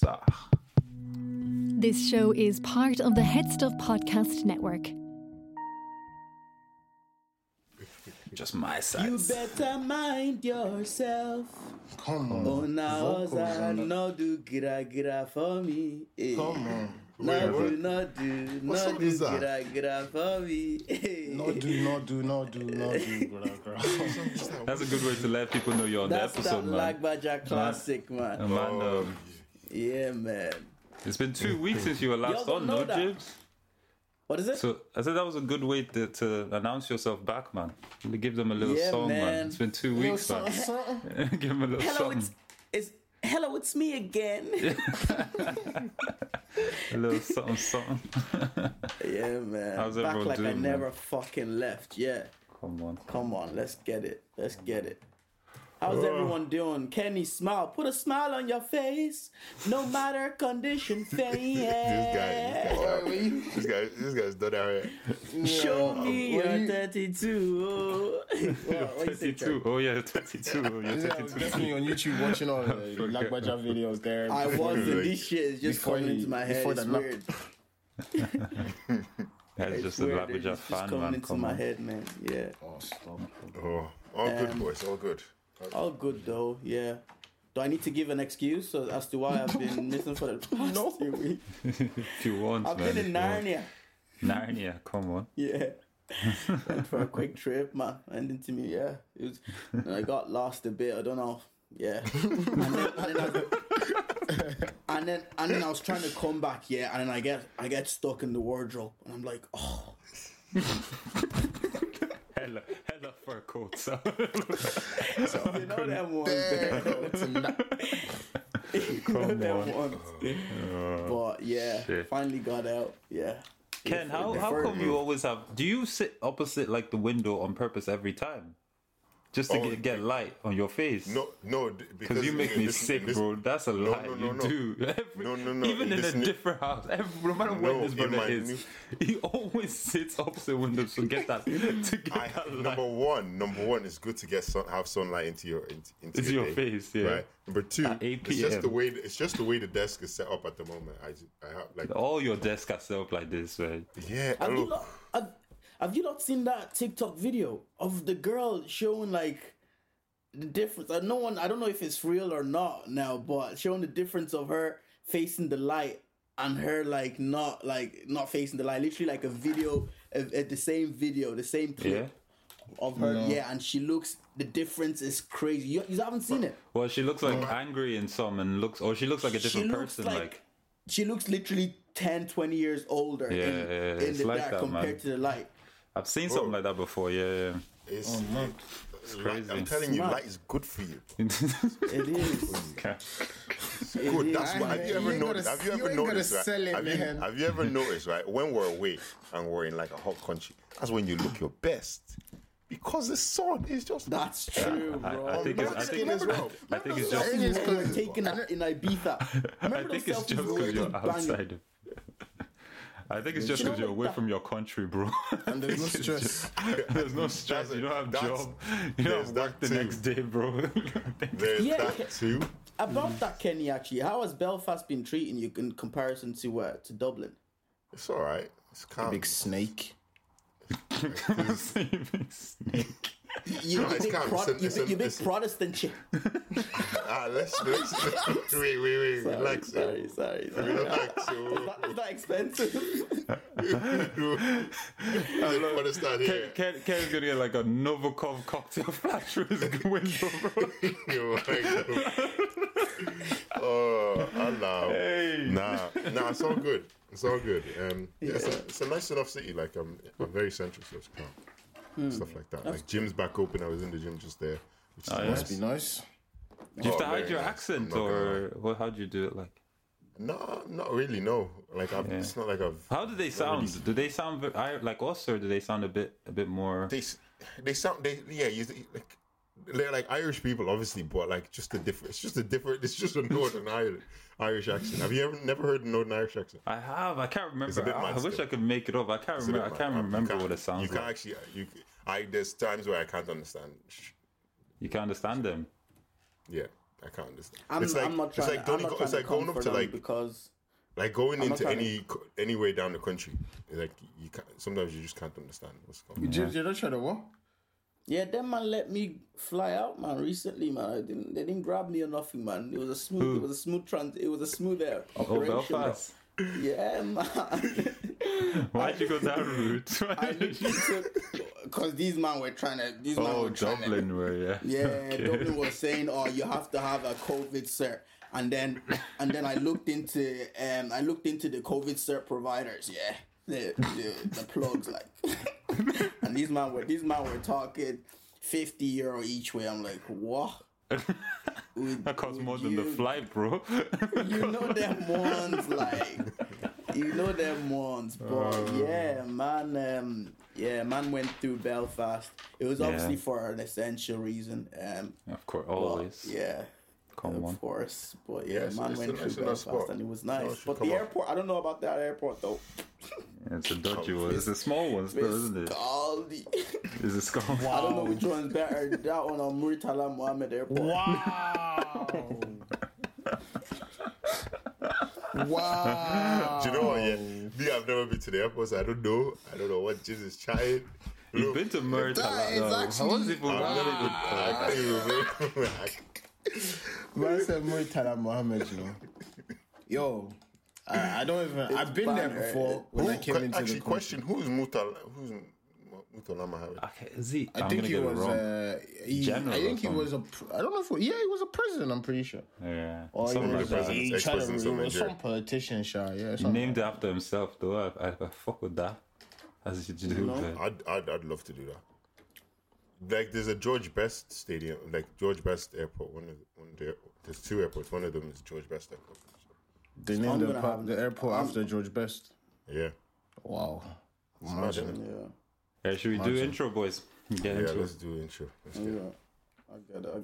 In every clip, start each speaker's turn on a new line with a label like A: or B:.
A: Broussard.
B: This show is part of the Head Stuff Podcast Network.
A: Just my size.
C: You better mind yourself.
D: Come on.
C: Oh, now
D: Vocals on the-
C: no do gira gira for me. eh.
D: Come on.
C: No
D: Wait,
C: do,
D: wait.
C: no do,
D: What
C: no
D: song
C: do
D: is that?
C: gira gira for me. eh.
D: No do, no do, no do, no do, girl, girl.
A: That's a good way to let people know you're on
C: That's
A: the
C: that
A: episode, man.
C: Lagbaja classic,
A: Uh,
C: man.
A: man, um,
C: Yeah, man.
A: it's been two weeks since you were last
C: Y'all
A: on,
C: know
A: no,
C: that.
A: Jibs?
C: What is it?
A: So I said that was a good way to, to announce yourself back, man. Give them a little
C: Yeah,
A: song, man.
C: man.
A: It's been two
D: Yo,
A: weeks,
D: something,
A: man.
D: something.
A: Give them a little
C: hello, it's,
A: something.
C: it's hello, it's me again.
A: A little something, something.
C: yeah, man.
A: How's
C: Back
A: everyone
C: like I
A: doing, man?
C: never fucking left. Yeah.
A: Come on.
C: Come on, let's get it. Let's get it. How's everyone doing? Kenny, smile. Put a smile on your face. No matter condition,
E: This guy,
C: fame.
D: Wait, wait, you-
E: this guy, this guy's done that right.
C: Show me
D: Were
C: your
D: you-
C: 32. Well, what you think,
A: 32. Oh, yeah, 22. You're
D: Yeah, I was
A: 22.
D: definitely on YouTube watching all the Lagbaja videos there.
C: Trevor? I
D: before
C: was,
D: the-
C: and this shit is just
D: Before
C: coming
D: you-
C: into my head.
D: before
C: It's
D: the knock.
C: weird.
A: That's
C: It's
A: just a
C: weird.
A: language of
C: It's just
A: fun,
C: coming
A: man.
C: into
A: Come
C: my
A: on.
C: head, man. Yeah.
D: Oh, stop.
E: Oh, all
C: Um,
E: good, boys, all good.
C: All good, though. Yeah. Do I need to give an excuse so- as to why I've been missing for the past no. three weeks?
A: If you want,
C: I've
A: man.
C: been
A: if
C: in
A: you want.
C: Narnia.
A: Narnia, come on.
C: Yeah. Went for a quick trip, man. And into me, yeah. It was, and I got lost a bit. I don't know. Yeah. And then, and, then I, and then and then I was trying to come back, yeah. And then I get I get stuck in the wardrobe, and I'm like, oh,
A: Hella, hella fur coats.
C: you know them ones. There. you know
A: Come
C: them
A: on. Oh,
C: ones. but yeah,
A: shit.
C: finally got out. Yeah.
A: Ken, how, how come you always have? Do you sit opposite like the window on purpose every time, just to
E: Oh,
A: get, get light on your face?
E: No, no, d- because
A: Because you make me
E: listen-
A: sick, bro.
E: listen-
A: That's a
E: No,
A: lie.
E: no, no,
A: you
E: no.
A: do. Every-
E: No, no, no.
A: Even in
E: Listen-
A: a different house, every, no matter where
E: No,
A: this
E: in
A: brother
E: my
A: is, he always sits opposite windows to get that to get
E: I,
A: that light.
E: number one, number one, it's good to get sun, have sunlight into your into, into
A: Into your
E: day,
A: face, yeah.
E: Right. Number two,
A: At 8
E: it's just the
A: PM.
E: way it's just the way the desk is set up at the moment. I, ju- I have like
A: All your desk are set up like this, right?
E: yeah. I
C: Have you,
E: don't,
C: not, have, have you not seen that TikTok video of the girl showing like the difference? I no one, I don't know if it's real or not now, but showing the difference of her facing the light and her like not like not facing the light. Literally like a video, of, of the same video, the same
A: Yeah.
C: clip of her. Yeah, and she looks. The difference is crazy. You, you haven't seen it.
A: Well, she looks like
E: Mm.
A: angry in some, and looks, or she looks like a different person. like
C: she looks literally 10 20 years older
A: Yeah,
C: in,
A: yeah, yeah,
C: in
A: it's
C: the
A: like
C: dark
A: that,
C: compared
A: man.
C: to the light
A: I've seen something like that before. Yeah.
E: it's, it's light-
A: crazy.
E: I'm telling you,
C: Oh, Smart.
E: light is good for you.
A: yeah.
C: it is
A: Okay.
E: Good. That's
D: is.
E: why. Have you
D: You
E: ever
D: ain't gotta-
E: noticed? Have you
D: you
E: ever
D: ain't gotta
E: noticed? right?
D: sell it,
E: have, you,
D: man.
E: have you ever noticed? Right, when we're away and we're in like a hot country, that's when you look your best because the sun is just.
C: that's true bro
A: I think it's, I
E: black
A: think
E: skin
A: it's,
E: as well.
A: I think it's
D: Black
A: just
D: skin is
C: When we were
D: crazy.
C: taken up in Ibiza.
A: I
C: Remember
A: think
C: those
A: it's
C: selfies
A: just
C: we were
A: because you're
C: just banging?
A: outside. I think it's just
C: You know
A: because you're
C: what
A: away
C: that-
A: from your country, bro.
D: And there's no stress.
A: there's no stress.
E: That's it.
A: You don't have
E: That's-
A: job. You don't
E: there's
A: have work
E: that
A: the
E: too.
A: next day, bro.
E: There's
C: Yeah.
E: that too.
C: About
E: Mm.
C: that, Kenny, actually, how has Belfast been treating you in comparison to uh, to Dublin?
E: It's all right. It's calm.
D: Big snake.
C: You,
E: it's
C: big,
E: calm.
C: pro-
E: It's an-
C: you
E: it's
C: big,
E: an-
C: you big
E: it's an-
C: Protestant shit.
E: Ah, let's, let's, wait, wait, wait. Relax.
C: Sorry,
E: Sorry.
C: sorry, sorry.
E: Relax.
C: Is that, is that expensive?
E: want to start
A: Ken,
E: here.
A: Ken, Ken's gonna get like a Novikov cocktail flash through his window, bro.
E: You're right. oh, allow. Nah, nah, it's all good. It's all good. Um, yeah, It's, a, it's a nice enough city. Like, um, I'm very central, so it's calm. Stuff like that. Like, gym's back open. I was in the gym just there. Which
A: Oh,
E: is nice.
D: Must be nice.
A: You have to
E: Oh,
A: hide
E: very
A: your
E: nice.
A: accent,
E: I'm not gonna
A: or what, how do you do it? Like,
E: No, not really. No, like I've, it's not like I've.
A: how do they sound? Do they sound ve- I- like us, or do they sound a bit, a bit more?
E: they s- they sound they yeah you like they're like Irish people obviously but like just a different it's just a different it's just a Northern Ireland Irish accent have you ever never heard a Northern Irish accent
A: I have. I can't remember.
E: bit
A: I, I
E: mad
A: wish
E: still.
A: I could make it up. I can't
E: It's a
A: remember. I
E: bit
A: can't
E: mad.
A: remember
E: You can't-
A: what it sounds
E: you can't
A: like.
E: actually uh, you I there's times where I can't understand Sh-
A: You can't understand them.
E: yeah I can't understand.
C: I'm,
E: it's like
C: I'm not
E: it's
C: trying.
E: like
C: I'm
E: going,
C: not trying
E: it's like
C: to
E: going
C: come
E: up
C: for
E: to
C: them
E: like
C: because
E: like going
C: I'm not
E: into
C: trying to-
E: any co- any way down the country. Like you can't, sometimes you just can't understand what's going on.
D: You, you don't try to what?
C: yeah, them man let me fly out, man. Recently, man, I didn't. They didn't grab me or nothing, man. It was a smooth. It was a smooth trans. It was a smooth air
A: Oh,
C: operation.
A: Belfast.
C: Yeah, man.
A: Why'd you go that route?
C: I literally because these man were trying to. These man
A: oh,
C: were trying to-
A: Dublin, were yeah.
C: Yeah, Dublin was saying, "Oh, you have to have a COVID cert," and then and then I looked into um I looked into the COVID cert providers. Yeah, the the, the plugs like, and these man were these man were talking fifty euro each way. I'm like, what? Would-
A: That costs
C: would
A: more than the
C: you-
A: flight, bro.
C: You know them ones like. You know them ones, but yeah, man. Um, yeah, man went through Belfast. It was obviously for an essential reason. Um,
A: of course,
C: but,
A: always.
C: yeah,
A: Come
C: of
A: on.
C: course. But yeah,
E: it's-
C: man
E: it's
C: went
E: a-
C: through
E: it's a nice
C: Belfast
E: spot.
C: and it was
E: No,
C: nice.
E: it should
C: but
E: come
C: the
E: up.
C: airport, I don't know about that airport though.
A: It's a dodgy one. It's a small one, still,
C: It's
A: isn't it?
C: scaldy.
A: It's a skull.
C: I don't know which one's better, that one or Muritala Mohammed Airport.
D: Wow. wow.
E: Do you know what? Yeah,
C: Oh.
E: me, I've never been to the airport. So I don't know. I don't know what Jesus child.
A: You've been to Murder.
D: That is
A: I was
D: actually-
A: even gonna
E: I can't even remember.
D: Man said Muritala Mohammed, you know. Yo, I, I don't even. I've been there
C: banned,
D: before when I came
E: Who-
D: into
E: actually,
D: the country.
E: question: Who's Mutal? Who's Mu- Mutala Mohammed?
A: Okay, is he?
D: I
A: I'm
D: think
A: gonna
D: he
A: get it
D: was.
A: wrong.
D: Uh, he,
A: General
D: I
A: or
D: think he
A: something.
D: was a. pr- I don't know if yeah, he was a president. I'm pretty sure.
A: yeah,
D: Or he
A: something like
D: was,
E: the
D: uh,
A: that.
E: president.
D: he tried to,
E: ex-president
D: he
E: of
D: was
E: Nigeria.
D: some politician, sha, yeah.
A: He
D: Some,
A: named it after himself, though. I, I, I fuck with that. As you do, but-
E: I'd, I'd, I'd love to do that. Like, there's a George Best Stadium, like George Best Airport. One of one of the there's two airports. One of them is George Best Airport.
D: they named the,
C: gonna
D: pub-
C: have-
D: the airport after George Best.
E: Yeah,
D: Wow.
E: it's mad, isn't it?
C: Yeah,
A: Yeah, should we do intro, boys? Get
E: Yeah,
A: into
E: let's
A: it.
E: do intro. Let's do
C: yeah. I get it. I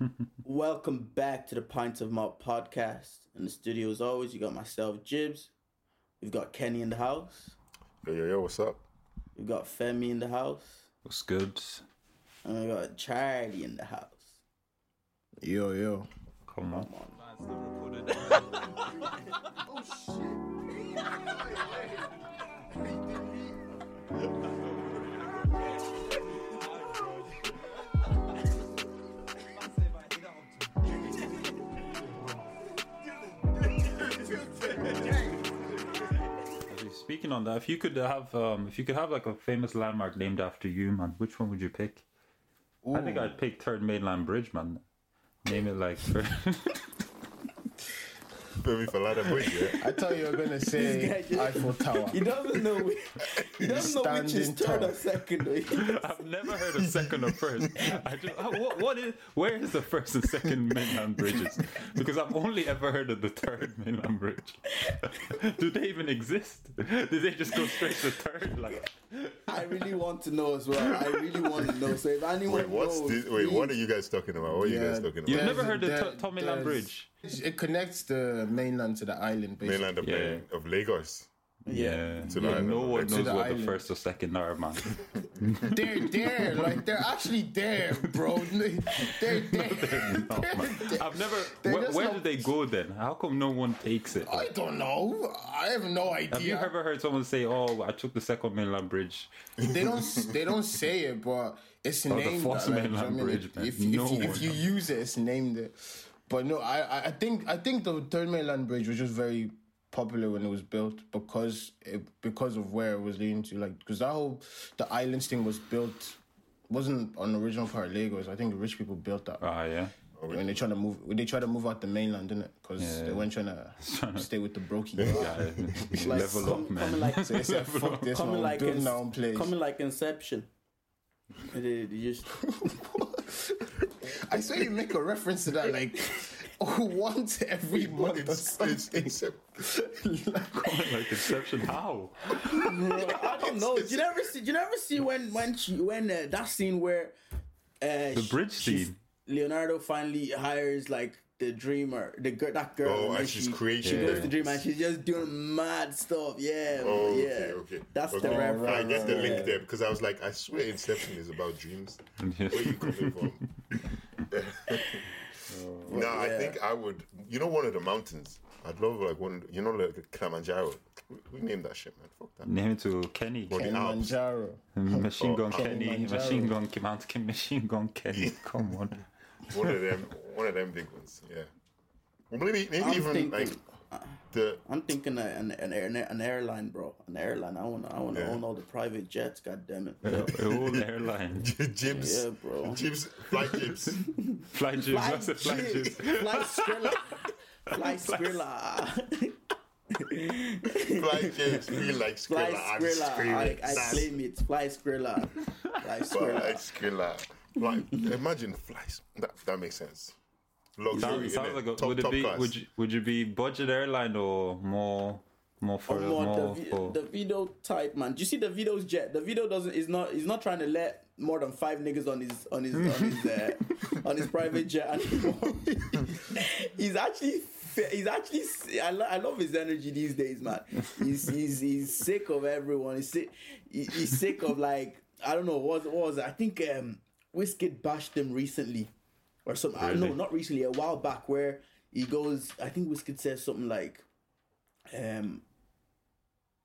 C: get it. Welcome back to the Pints of Malt podcast. In the studio, as always, you got myself, Jibs. We've got Kenny in the house.
E: Yo, yo, yo, what's up?
C: We've got Femi in the house.
A: Looks good.
C: And we got Charlie in the house.
D: Yo, yo.
A: Come on. Actually, Speaking on that, if you could have, um, if you could have like a famous landmark named after you, man, which one would you pick? I think I'd pick Third Mainland Bridge, man. Name it like
E: Pay me for ladder boy, yeah.
D: I thought you were gonna say
C: This guy just-
D: Eiffel Tower.
C: He doesn't know which, he doesn't know which is
D: Standing
C: third or
D: tall.
C: second.
A: I've never heard of second or first. I just, uh, what, what is, where is the first and second mainland bridges? Because I've only ever heard of the third mainland bridge. Do they even exist? Do they just go straight to third? Like,
C: I really want to know as well. I really want to know. So if anyone
E: Wait, what's
C: knows,
E: this? Wait, what are
C: please-
E: you guys talking about? What are you guys
D: Yeah,
E: talking
A: you've
D: yeah.
E: about?
A: never heard of
D: There-
A: Th- Third Mainland
D: there's-
A: Bridge?
D: It connects the mainland to the island, basically.
E: Mainland of,
A: Yeah.
E: Maine- of Lagos.
A: Yeah, yeah,
E: the
A: no
E: island.
A: one
E: To
A: knows
D: the
A: where the
D: island.
A: first or second are, man.
D: They're there, like they're actually there, bro. They're there.
A: I've never.
D: They're
A: Where,
D: just
A: where
D: not-
A: do they go then? How come no one takes it?
D: I don't know. I have no idea.
A: Have you ever heard someone say, "Oh, I took the second mainland bridge"?
D: they don't they don't say it, but it's
A: the
D: named.
A: Fox
D: that, like,
A: Mainland
D: I mean,
A: Bridge,
D: if,
A: man.
D: if, if-
A: No
D: if,
A: one
D: you
A: knows.
D: use it, it's named it. But no, I I- I think I think the Third Mainland Bridge was just very popular when it was built because it, because of where it was leading to. Like because that whole the islands thing was built wasn't on the original part of Lagos. I think the rich people built that.
A: Ah, yeah.
D: When they trying to move, when they try to move out the mainland, didn't it? Because they weren't trying to stay with the brokey.
A: Yeah, level up,
C: come- coming
A: man.
C: like
D: They said, "Fuck this,
C: coming
D: man.
C: like
D: Build
C: in-
D: my own place."
C: coming like Inception. They- they just-
D: I saw you make a reference to that like once every month or
E: It's,
D: something.
E: it's, it's,
A: like Inception. How?
C: I don't know. Did you never see? Did you never see when when she when uh, that scene where uh,
A: The bridge
C: she-
A: scene.
C: Leonardo finally hires like the dreamer, the girl, that girl.
E: Oh,
C: and
E: and
C: then
E: she's
C: she,
E: creating
C: She goes
A: Yeah.
C: to dream and she's just doing mad stuff. Yeah,
E: Oh,
C: yeah.
E: okay, okay.
C: That's
E: Okay.
C: the reference.
E: I get the
C: yeah.
E: link there because I was like, I swear Inception is about dreams. Where you coming from?
C: but
E: Nah, I
C: yeah.
E: think I would. You know, one of the mountains. I'd love like one. You know, like Kilimanjaro. We, we named that shit, man. Fuck that.
A: Name it to Kenny.
E: Or the Alps.
D: Kilimanjaro.
A: Machine Gun Kenny.
D: Kilimanjaro.
A: Machine Gun Mount Ken- Machine Gun Kenny. Come on.
E: One of them. One of them big ones. Yeah. Well, maybe maybe
C: I'm
E: even
C: thinking-
E: like the.
C: I'm thinking a- an an, air, an airline, bro. An airline. I want I want to
E: Yeah.
C: own all the private jets. God damn it.
A: The whole airline.
E: Jibs,
C: Yeah, bro.
E: jibs, fly jibs.
A: Fly jibs.
C: Fly
A: That's a fly
C: jib.
A: jibs.
C: Fly Skrilla. Fly Skrilla.
E: Fly jibs, we like
C: Fly
E: Skrilla. I'm
C: Skrilla. I,
E: screaming.
C: I
E: That's
C: claim it. Fly Skrilla. Fly
E: Fly
C: Skrilla.
E: Skrilla. Fly. Imagine flies. That, that makes sense. Luxury.
A: Sounds,
E: innit?
A: sounds like a,
E: top,
A: would it
E: top
A: be
E: class.
A: would you would you be budget airline or more more for
C: Come on,
A: more
C: the,
A: for
C: the video type man. Do you see the video's jet? The video doesn't is not is not trying to let more than five niggas on his on his on his uh, on his private jet anymore. he's actually fa- he's actually s- I, lo- I love his energy these days, man. He's he's, he's sick of everyone. He's sick he- he's sick of like I don't know what what was it? I think um Whisked bashed him recently or something. I No,
A: Really?
C: not recently. A while back where he goes. I think Whisked says something like um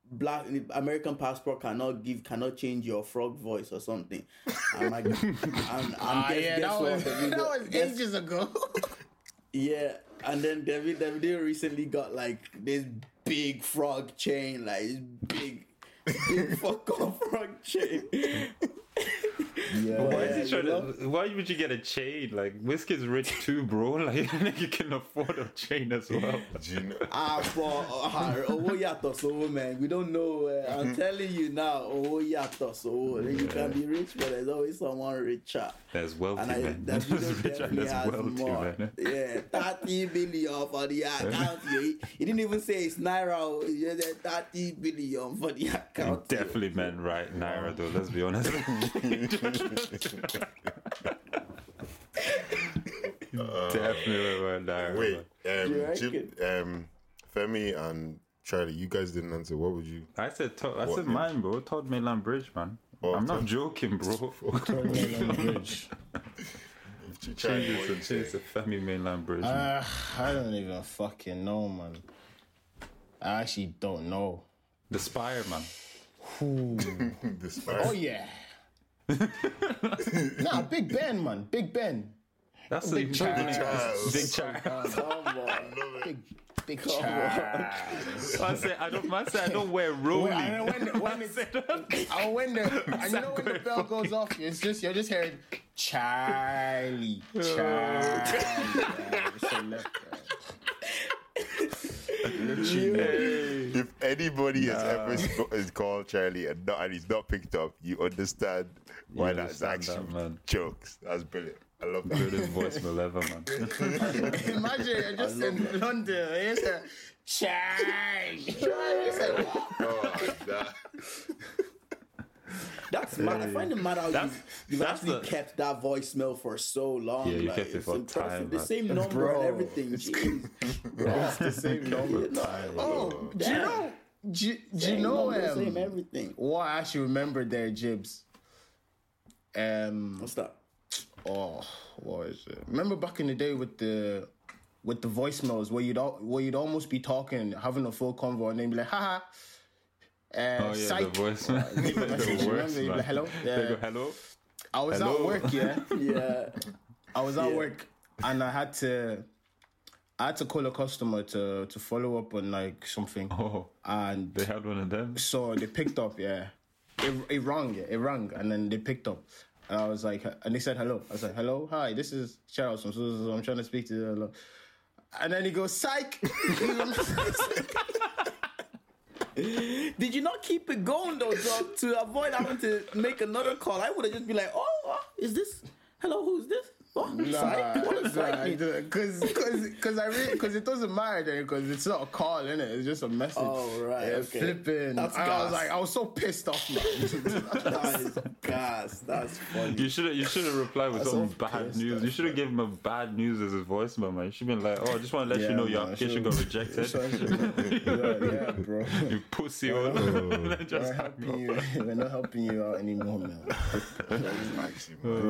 C: black American passport cannot give cannot change your frog voice or something. I'm like, I'm, I'm
D: Ah,
C: guess,
D: yeah,
C: guess
D: that
C: what?
D: was,
C: Davido-
D: that was
C: guess-
D: ages ago.
C: yeah, and then David Davido recently got like this big frog chain, like this big, big fuck off frog chain.
A: why
C: Yeah,
A: is he
C: you
A: trying to, why would you get a chain like Whiskey's rich too bro like you can afford a chain as well
E: Do you know-
C: Ah, for ah, owó yàtọ̀ sówó, man. We don't know. Uh, I'm telling you now, owó yàtọ̀ sówó. You can be rich, but there's always someone richer.
A: there's wealthy
C: And I,
A: man
C: that you
A: There's
C: don't
A: rich and
C: definitely
A: there's
C: has
A: wealthy
C: more.
A: man
C: Yeah, 30 billion for the account. yo. He, he didn't even say it's Naira. oh, he just said 30 billion for the account. yo.
A: definitely meant right Naira though let's be honest definitely meant Naira
E: Wait,
C: You
E: um,
C: reckon?
E: Jim, um, Femi and Charlie, you guys didn't answer. What would you?
A: I said to- I
E: What,
A: said
E: yeah.
A: mine bro Todd Mainland Bridge man
E: Oh,
A: I'm not
E: Todd-
A: joking bro
E: if you- Charlie, what would
A: Jesus,
E: you
A: it's a
E: say?
A: Femi mainland bridge. man.
D: uh, I don't even fucking know, man. I actually don't know.
A: the Spire, man.
D: Ooh.
E: The spice.
D: Oh yeah. nah, Big Ben, man. Big Ben.
A: That's
D: Big
A: the
D: Charles.
A: Big Charles.
C: Come on.
D: Big Big Charles.
A: I say I don't. I say I don't wear
D: When,
A: rolling.
D: and when, when it's, I when the, I know when the bell goes off, it's just you're just hearing Charlie,
A: Oh.
D: Charlie. It's a left,
A: Hey.
E: If anybody has ever sp- is called Charlie and not and he's not picked up, you understand why that's
A: understand that,
E: actual
A: man.
E: jokes. That's brilliant. I love that.
A: Greatest voicemail ever, man.
D: right. Imagine you're just in London, and it's a Charlie. Charlie. It's a-
E: oh, nah.
C: That's mad. I find it mad how
A: That's-
C: you've, you've
A: that's
C: actually
A: the-
C: kept that voicemail for so long.
A: Yeah, you
C: like,
A: kept it
C: it's
A: for
C: impressive.
A: time,
C: The
A: man.
C: same number
D: Bro,
C: and everything. Jeez.
D: It's the same number. Oh, do you
C: Damn.
D: know? Do, you- do you
C: Same
D: know?
C: number,
D: um,
C: same everything.
D: What I actually remember there, Jibs. Um.
C: What's that?
D: Oh, what is it? Remember back in the day with the with the voicemails where you'd al- where you'd almost be talking, having a full convo, and then be like, haha. Uh,
A: Oh yeah,
D: psych.
A: the voicemail. the
D: Remember,
A: worst,
D: you'd be
A: man.
D: like, hello?
A: They
D: Yeah.
A: go hello.
D: I was at
A: Hello?
D: work, yeah.
C: Yeah.
D: I was at work, and I had to. I had to call a customer to to follow up on like something,
A: Oh,
D: and
A: they had one of them.
D: so they picked up, yeah. It, it rang, yeah, it rang, and then they picked up. And I was like, uh, and they said hello. I was like, hello, hi, this is Charles from so, so, so, I'm trying to speak to you. Hello. And then he goes, psych.
C: Did you not keep it going though, dog, to avoid having to make another call? I would have just been like, oh, uh, is this? Hello, who's this? Oh, psych? What does psych mean?
D: because because I because it doesn't matter then because it's not a call in it it's just a message.
C: Oh, right,
D: yeah,
C: okay.
D: flipping.
C: That's
D: I, I
C: gas.
D: was like, I was so pissed off, man.
C: That is gas. That's funny.
A: You should have you should have replied with
D: That's
A: some
D: so
A: bad
D: pissed
A: news. You should have given him a bad news as his voicemail, man. You should have been like, oh, I just want to let you
D: Yeah,
A: know your
D: man, I
A: application got
D: should've-
A: rejected.
D: yeah, yeah, bro.
A: You pussy. Oh.
D: We're
A: Just
D: helping you. We're not helping you out anymore, man.
E: That was actually mad.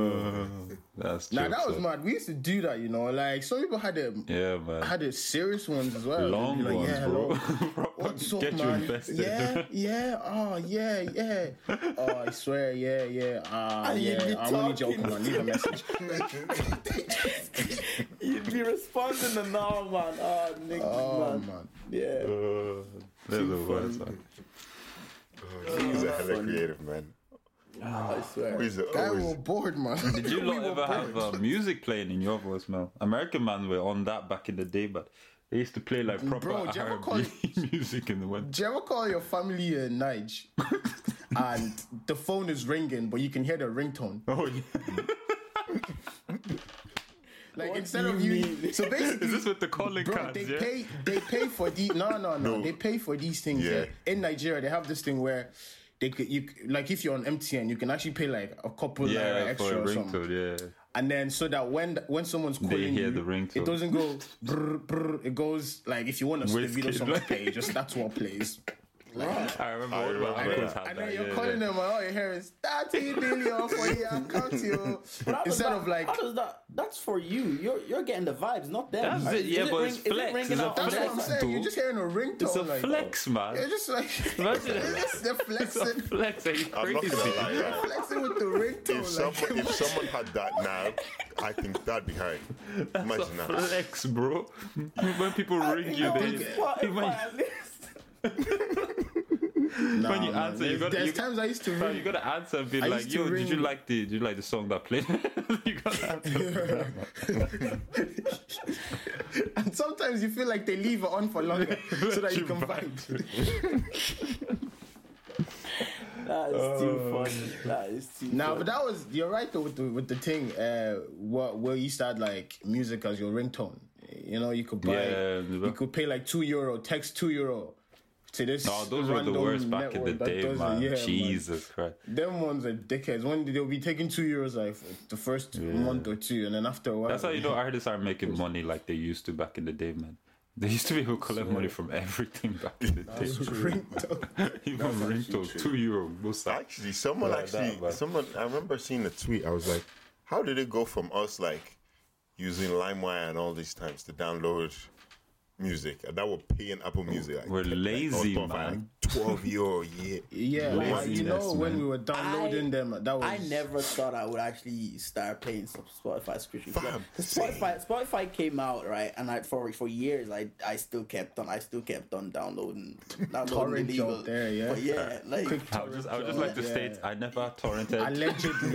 A: That's
D: Now
A: joking,
D: that was
A: so.
D: mad. We used to do that, you know. Like some people had a
A: Yeah, man.
D: had a serious ones as well.
A: Long
D: They'd be like,
A: ones,
D: yeah,
A: bro.
D: hello.
A: Proper
D: What's up,
A: Get you
D: man?
A: invested.
D: Yeah, yeah. Oh, yeah, yeah. Oh, I swear, yeah, yeah. Ah,
C: And you'd
D: yeah.
C: be
D: I'm only
C: talking.
D: joking, man. Leave a message.
C: You'd be responding to now, man. Oh, nigga,
D: Oh
C: man.
D: man.
C: Yeah.
A: Uh, That's the worst one. Uh,
E: He's a hella creative man.
D: uh,
C: I swear.
E: He's a-
D: Guy, we were
E: always.
D: bored, man.
A: Did you
D: we
A: not
D: were
A: ever have
D: bored.
A: uh, music playing in your voicemail? American Man were on that back in the day, but they used to play like proper
D: Bro, do you ever
A: R&B
D: call-
A: music in the wind.
D: Do you ever call your family uh, Nige, and the phone is ringing, but you can hear the ringtone?
A: Oh, yeah.
D: Like
C: What
D: instead
C: do
D: of
C: you
D: you,
C: mean?
D: so basically,
A: Is this with the calling
D: bro,
A: cards?
D: they
A: yeah?
D: pay they pay for these. No, no, no,
E: No.
D: They pay for these things.
E: Yeah.
D: Yeah. In Nigeria, they have this thing where they could you like if you're on MTN, you can actually pay like a couple
A: yeah,
D: naira
A: for
D: extra
A: a
D: or something.
A: ringtone, yeah.
D: and then so that when when someone's calling
A: hear
D: you,
A: the ringtone.
D: it doesn't go brr, brr, it goes like if you want to see the
A: Whiskey,
D: video someone
A: like-
D: pay, just that's what plays.
A: I remember
E: I
A: all my
E: remember
A: uncles had
E: that.
D: And
A: that.
D: then you're
A: yeah,
D: calling
A: yeah.
D: them, and all you hear is 30 billion for your account, yo.
C: How does
D: Instead
C: that-
D: of like,
C: how does that? That's for you. You're you're getting the vibes, not them.
A: That's it, yeah,
C: Is
A: but
C: ring-
A: it's
C: is it
A: flex,
C: ringing
A: it's a
C: out on
A: flex.
D: that's
C: their
D: what I'm
A: Flex,
D: saying. You're
A: dude.
D: just hearing a ringtone.
A: It's a
D: like,
A: flex, man.
D: They're just like,
A: Imagine
D: they're just- they're
A: It's a
D: flexing,
A: flex. Are you
E: I'm not
A: crazy?
E: gonna lie. yeah.
D: flexing with the ringtone.
E: If
D: like,
E: someone, if someone had that now, I think that'd be high. Imagine
A: It's a
E: that.
A: flex, bro. When people ring you,
C: No,
A: they
C: Spotify,
A: when,
C: at least.
A: when you
D: nah, man,
A: answer, you
D: there's-
A: gotta
D: there's
A: you,
D: times I used to
A: bro,
D: ring.
A: you gotta answer and be
D: I
A: like,
D: used to
A: "Yo, did you
D: ring-
A: like the did you like the song that played?" you gotta answer.
D: and sometimes you feel like they leave it on for longer so that you can find.
C: That is too
D: Uh,
C: funny. That is too.
D: Nah,
C: funny.
D: but that was you're right though with the with the thing uh what where you start like music as your ringtone. You know, you could buy
A: Yeah,
D: you could pay like two euro, text two euro to this.
A: Oh, those were the
D: random
A: worst back in the
D: network that
A: day,
D: does it.
A: man.
D: Yeah,
A: Jesus Christ.
D: Them ones are dickheads. When they'll be taking two euros like for the first month or two and then after a while
A: That's how you know artists aren't making money like they used to back in the day, man. They used to be able to collect money from everything back in the day.
D: ringtone.
A: Even ringtone, two euro, most actually.
E: Actually, someone
A: Like that,
E: actually,
A: man.
E: someone. I remember seeing a tweet. I was like, "How did it go from us like using LimeWire and all these times to download music, and that were paying Apple Music? Like,
A: We're
E: like, or
A: lazy,
E: Spotify,
A: man.
E: Like Twelve euro a year.
D: Yeah, but you know
A: Laziness,
D: when
A: man.
D: we were downloading them that was
C: I never thought I would actually start paying some Spotify subscription.
E: Fam,
C: The Spotify Spotify came out right, and I for for years I I still kept on I still kept on downloading downloading
D: Torrent
C: illegal.
D: out there, yeah.
C: But yeah, like
D: Quick
A: I would just, I would just like to state I never torrented.
D: allegedly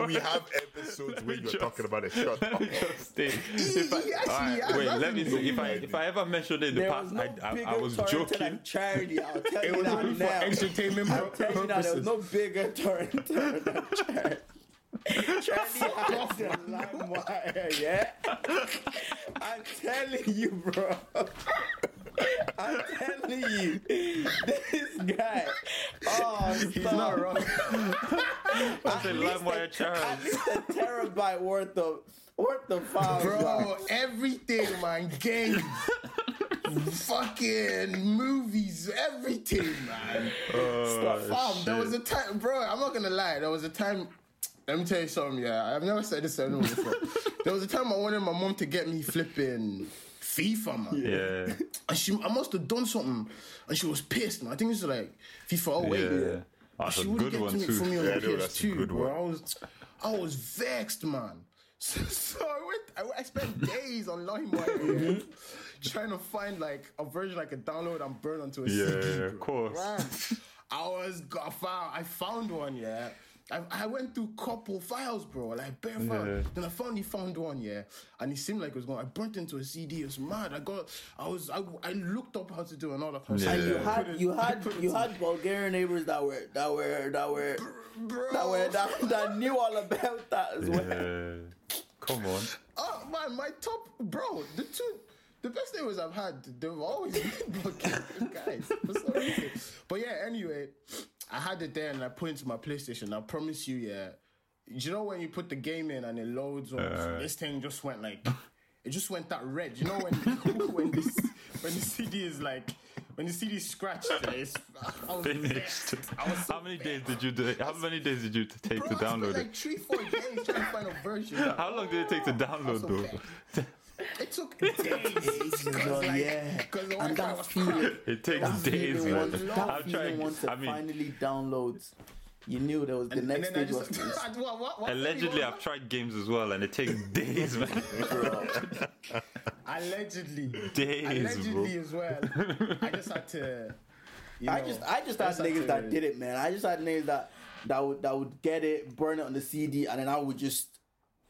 E: You- we have episodes where you're
A: just-
E: talking about it. Shut up.
A: Just state- if I,
D: He E, actually
A: Alright,
D: has,
A: wait,
D: that's
A: let me
D: his
A: see. If
D: own
A: I if I ever mentioned it in the
C: there was
A: past,
C: no
A: I, I,
C: bigger
A: I was
C: torrent
A: joking.
C: than charity. I'll tell
D: it
C: you
D: was
C: that
D: only for
C: now.
D: entertainment pur-
C: tell you now, there was
D: purposes.
C: no bigger torrent than charity. Charity had the LimeWire, yeah. I'm telling you, bro. I'm telling you, this guy. Oh,
D: He's not
C: stop.
D: wrong.
A: I said
C: least
A: LimeWire
C: At
A: Charles.
C: least a terabyte worth of worth of files,
D: Bro,
C: bro.
D: everything, man. Games, fucking movies, everything, man. Fam, there was a time, bro, I'm not gonna lie, there was a time. Let me tell you something, yeah. I've never said this to anyone before. there was a time I wanted my mom to get me flipping FIFA, man.
A: Yeah,
D: And she, I must have done something, and she was pissed, man. I think it was like FIFA oh, away.
A: yeah. Ah, That's a
D: she wouldn't
A: good
D: get to
A: one
D: me for me
A: too.
D: on
E: Yeah, I
D: the
E: know, that's a
D: PS2,
E: good
D: bro.
E: one.
D: I was, I was vexed, man. So, so I went. I, I spent days on LimeWire trying to find like a version I could download and burn onto a CD.
A: Yeah,
D: bro.
A: of course.
D: I was go- I found I found one, yeah. I, I went through couple files, bro, like bare files.
A: Yeah.
D: Then I finally found one, yeah, and it seemed like it was going. I burnt into a CD. It was mad. I got. I was. I, I looked up how to do another kind of
A: Yeah.
D: stuff.
C: And you
A: I
C: had you had you had Bulgarian neighbors that were that were that were
D: bro.
C: that were that, that knew all about that as well.
A: Yeah. Come on.
D: Oh man, my top, bro. The two, the best neighbors I've had, they've always been Bulgarian guys for some reason. But yeah, anyway, I had it there and I put it into my PlayStation. I promise you, yeah. You know when you put the game in and it loads up,
A: Uh.
D: this thing just went like, it just went that red. You know when when this when the CD is like. when When you see these scratches, it's I was
A: Finished.
D: pissed. I was so
A: How many days did you do it? How many days did you t- take
D: Bro,
A: to
D: I spent
A: download
D: like
A: it?
D: three, four days trying to find a version.
A: How long did it take to download
D: okay.
A: though?
D: It took days.
C: Ages on, yeah.
D: Because the
C: And
D: Wi-Fi
C: that
D: was
C: feeling,
A: It takes days,
C: feeling
A: man.
C: once,
A: I'm
C: that feeling
A: trying.
C: once it
A: I mean,
C: finally downloads, you knew there was the next
D: and then
C: stage
D: I just,
C: was.
D: I- what- what- what-
A: allegedly, I've tried games as well, and it takes days, man.
D: allegedly,
A: Days, bro.
D: allegedly as well. I just had to. You know,
C: I just I just had
D: had
C: niggas
D: to-
C: that did it, man. I just had niggas that that would that would get it, burn it on the CD, and then I would just.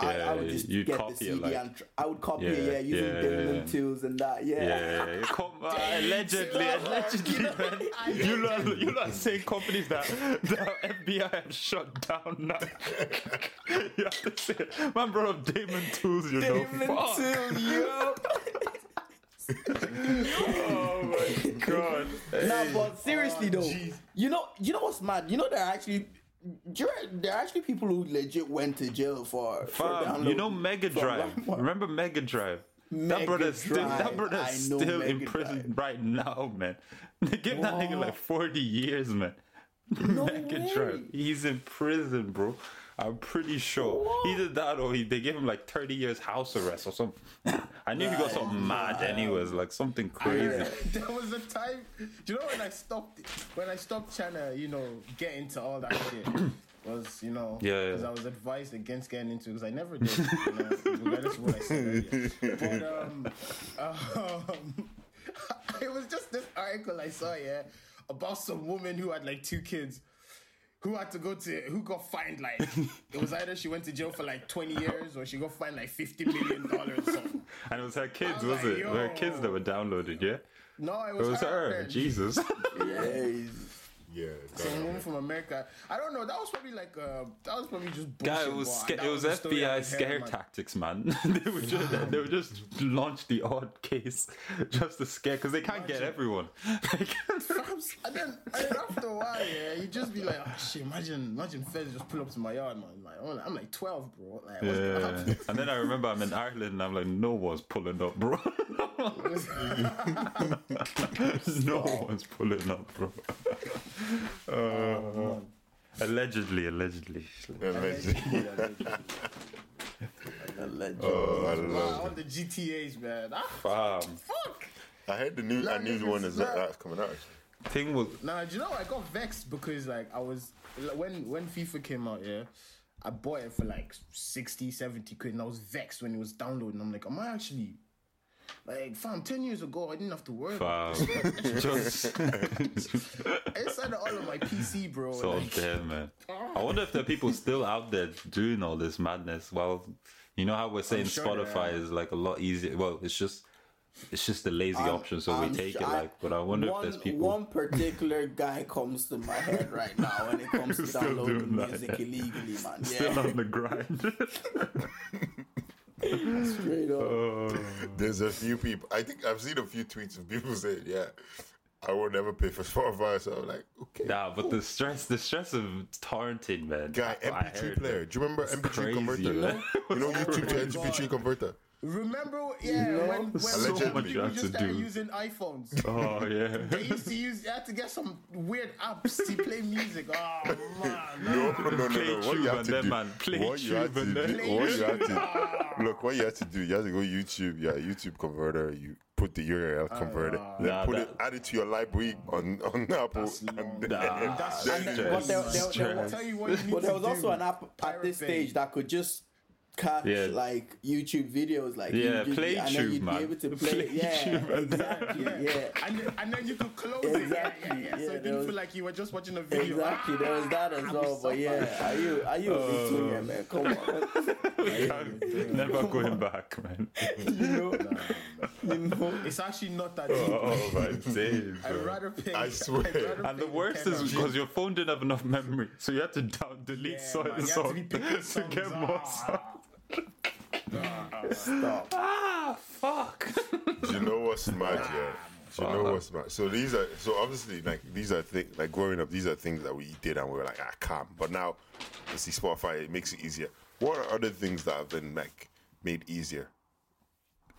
C: I, I would
A: Yeah,
C: just
A: you'd
C: get
A: copy
C: the
A: it,
C: CD
A: like-
C: and tr- I would copy
A: Yeah,
C: it, yeah, using
A: yeah,
C: Dylan
A: yeah.
C: and Tools and that,
A: Yeah, come, uh, allegedly, allegedly, man. You lot, you lot saying companies that the FBI have shut down now. you have to say, it. man, brought up Damon Tools, you know. Fuck.
C: yo.
A: Oh my god.
C: Nah, but seriously
A: Oh,
C: though,
D: jeez.
C: you know, you know what's mad? You know there are actually, do you re- there are actually people who legit went to jail for. for
A: Fam, you know
C: downloading-
A: Mega
C: for
A: Drive.
C: rampart.
A: Remember Mega Drive? that
C: Mega
A: brother's still, that
C: Drive.
A: brother's
C: I know
A: still in
C: Mega
A: prison right now, man. They gave that nigga like 40 years, man.
C: No
A: Mega
C: way.
A: Drive. He's in prison, bro. I'm pretty sure.
C: What?
A: Either that or he, they gave him like 30 years house arrest or something. I knew he got
C: Right.
A: something mad, anyways, like something crazy.
D: There was a time, you know, when I stopped, when I stopped trying to, you know, get into all that shit. Was you know,
A: Yeah, yeah.
D: because I was advised against getting into because I never did, you know, regardless of what I said earlier. But um, um, it was just this article I saw, yeah, about some woman who had like two kids. Who had to go to who got fined like it was either she went to jail for like twenty years or she got fined like fifty million dollars or something.
A: And it was her kids,
D: was
A: was
D: like,
A: it? It were her
D: yo.
A: kids that were downloaded, yeah?
D: No, it
A: It
D: was,
A: was her,
D: apparently.
A: Jesus.
C: Yes.
E: Yeah,
D: Some woman
E: that-
D: from America. I don't know. That was probably like uh, that was probably just
A: Guy,
D: bullshit.
A: it was
D: boy.
A: sca-
D: That
A: it was
D: the story I
A: FBI
D: was hearing,
A: scare
D: man.
A: tactics, man. they would just they would just launch the odd case just to scare because they can't get everyone. They can't-
D: And then, and then after a while, yeah, you just be like, oh, shit, imagine, imagine feds just pull up to my yard, man. Like, I'm like, I'm like 12, bro. Like, what's gonna
A: yeah.
D: happen?
A: And then I remember I'm in Ireland and I'm like, no one's pulling up, bro. no one's pulling up, bro.
D: Oh,
A: Uh, allegedly, allegedly.
E: Allegedly.
C: Legend.
A: Uh,
E: Oh, I
D: Wow,
E: love
D: all the GTAs, man. Ah,
A: Um,
D: fuck.
E: I heard the new, I knew the one is that, that's coming out. actually.
A: thing was,
D: Now, do you know I got vexed because like I was like, when when FIFA came out, yeah. I bought it for like 60, 70 quid and I was vexed when it was downloading. I'm like, am I actually like fam, ten years ago I didn't have to worry about
A: um, just
D: it. inside all of my PC, bro.
A: It's all
D: like,
A: there, man. I wonder if there are people still out there doing all this madness. Well, you know how we're saying
D: sure there
A: Spotify is like a lot easier. Well, it's just it's just the lazy option, so
C: I'm
A: we take
C: sh-
A: it. Like, but I wonder
C: one-
A: if there's people.
C: One particular guy comes to my head right now when it comes to
A: Still doing
C: downloading
A: that,
C: music
A: yeah.
C: illegally, man.
A: Still
C: Yeah,
A: on the grind.
C: straight up.
A: Oh.
E: There's a few people. I think I've seen a few tweets of people saying, "Yeah, I will never pay for Spotify." So I'm like, okay,
A: nah, but the stress, the stress of torrenting, man.
E: guy,
A: That's what I
E: MP3
A: heard,
E: player.
A: man.
E: Do you remember MP3
A: crazy,
E: converter?
A: man.
E: You know, YouTube to MP3 converter.
D: Remember yeah, when, when
E: so much
D: when
E: you
D: people
A: have
D: just
A: to
D: started
A: do.
D: using iPhones.
A: Oh yeah.
D: They used to use they had to get some weird apps to play music. Oh man.
E: No, no, no,
A: Play
E: no. What you
A: Tube
E: have
A: and
E: to
A: then,
E: do,
A: man. Play
E: what you
A: Tube
E: have to
A: and
E: do,
A: then-
E: what you have to look, what you have to do, you have to go YouTube, yeah, YouTube converter. You put the URL converter, then
A: Uh, Nah,
E: put it,
A: that-
E: add it to your library on on Apple,
D: That's long.
E: and then,
A: Nah, that's
E: then you
A: just-
C: But there-
D: I'll
C: there- there was-
D: tell you what you need
C: But there
D: to
C: was also
D: do.
C: an app at
D: Pirate
C: this
D: Bay.
C: stage that could just catch
A: Yeah.
C: like YouTube videos, like you
A: Yeah,
C: just-
A: play
C: and then
A: tube,
C: you'd
A: man.
C: be able to play.
A: Play tube
C: yeah,
A: and then-
C: exactly.
D: yeah.
C: Yeah,
D: And, then- and then you could close
C: Exactly,
D: it. Yeah, yeah, yeah. So
C: yeah,
D: it
C: there
D: didn't
C: was-
D: feel like you were just watching a video.
C: exactly. There was that as well. But yeah, are you are you a junior man? Come on,
A: Never going back, man.
C: you know, you know.
D: It's actually not that deep.
A: Oh my days,
D: I'd
A: bro.
D: rather pay.
E: I
D: I'd
E: swear.
D: rather
E: And
D: pay
A: And the worst
D: ten
A: is
D: dollars.
A: because your phone didn't have enough memory, so you had to down delete
D: Yeah,
A: so-
D: man, you have to
A: song
D: be
A: to,
D: picking songs.
A: get more
D: Ah.
A: songs. Ah, fuck.
E: Do you know what's mad? Yeah. Do you know what's mad? So these are so obviously like these are things like growing up. These are things that we did and we were like, ah, calm. But now, you see, Spotify it makes it easier. What are other things that have been like made easier?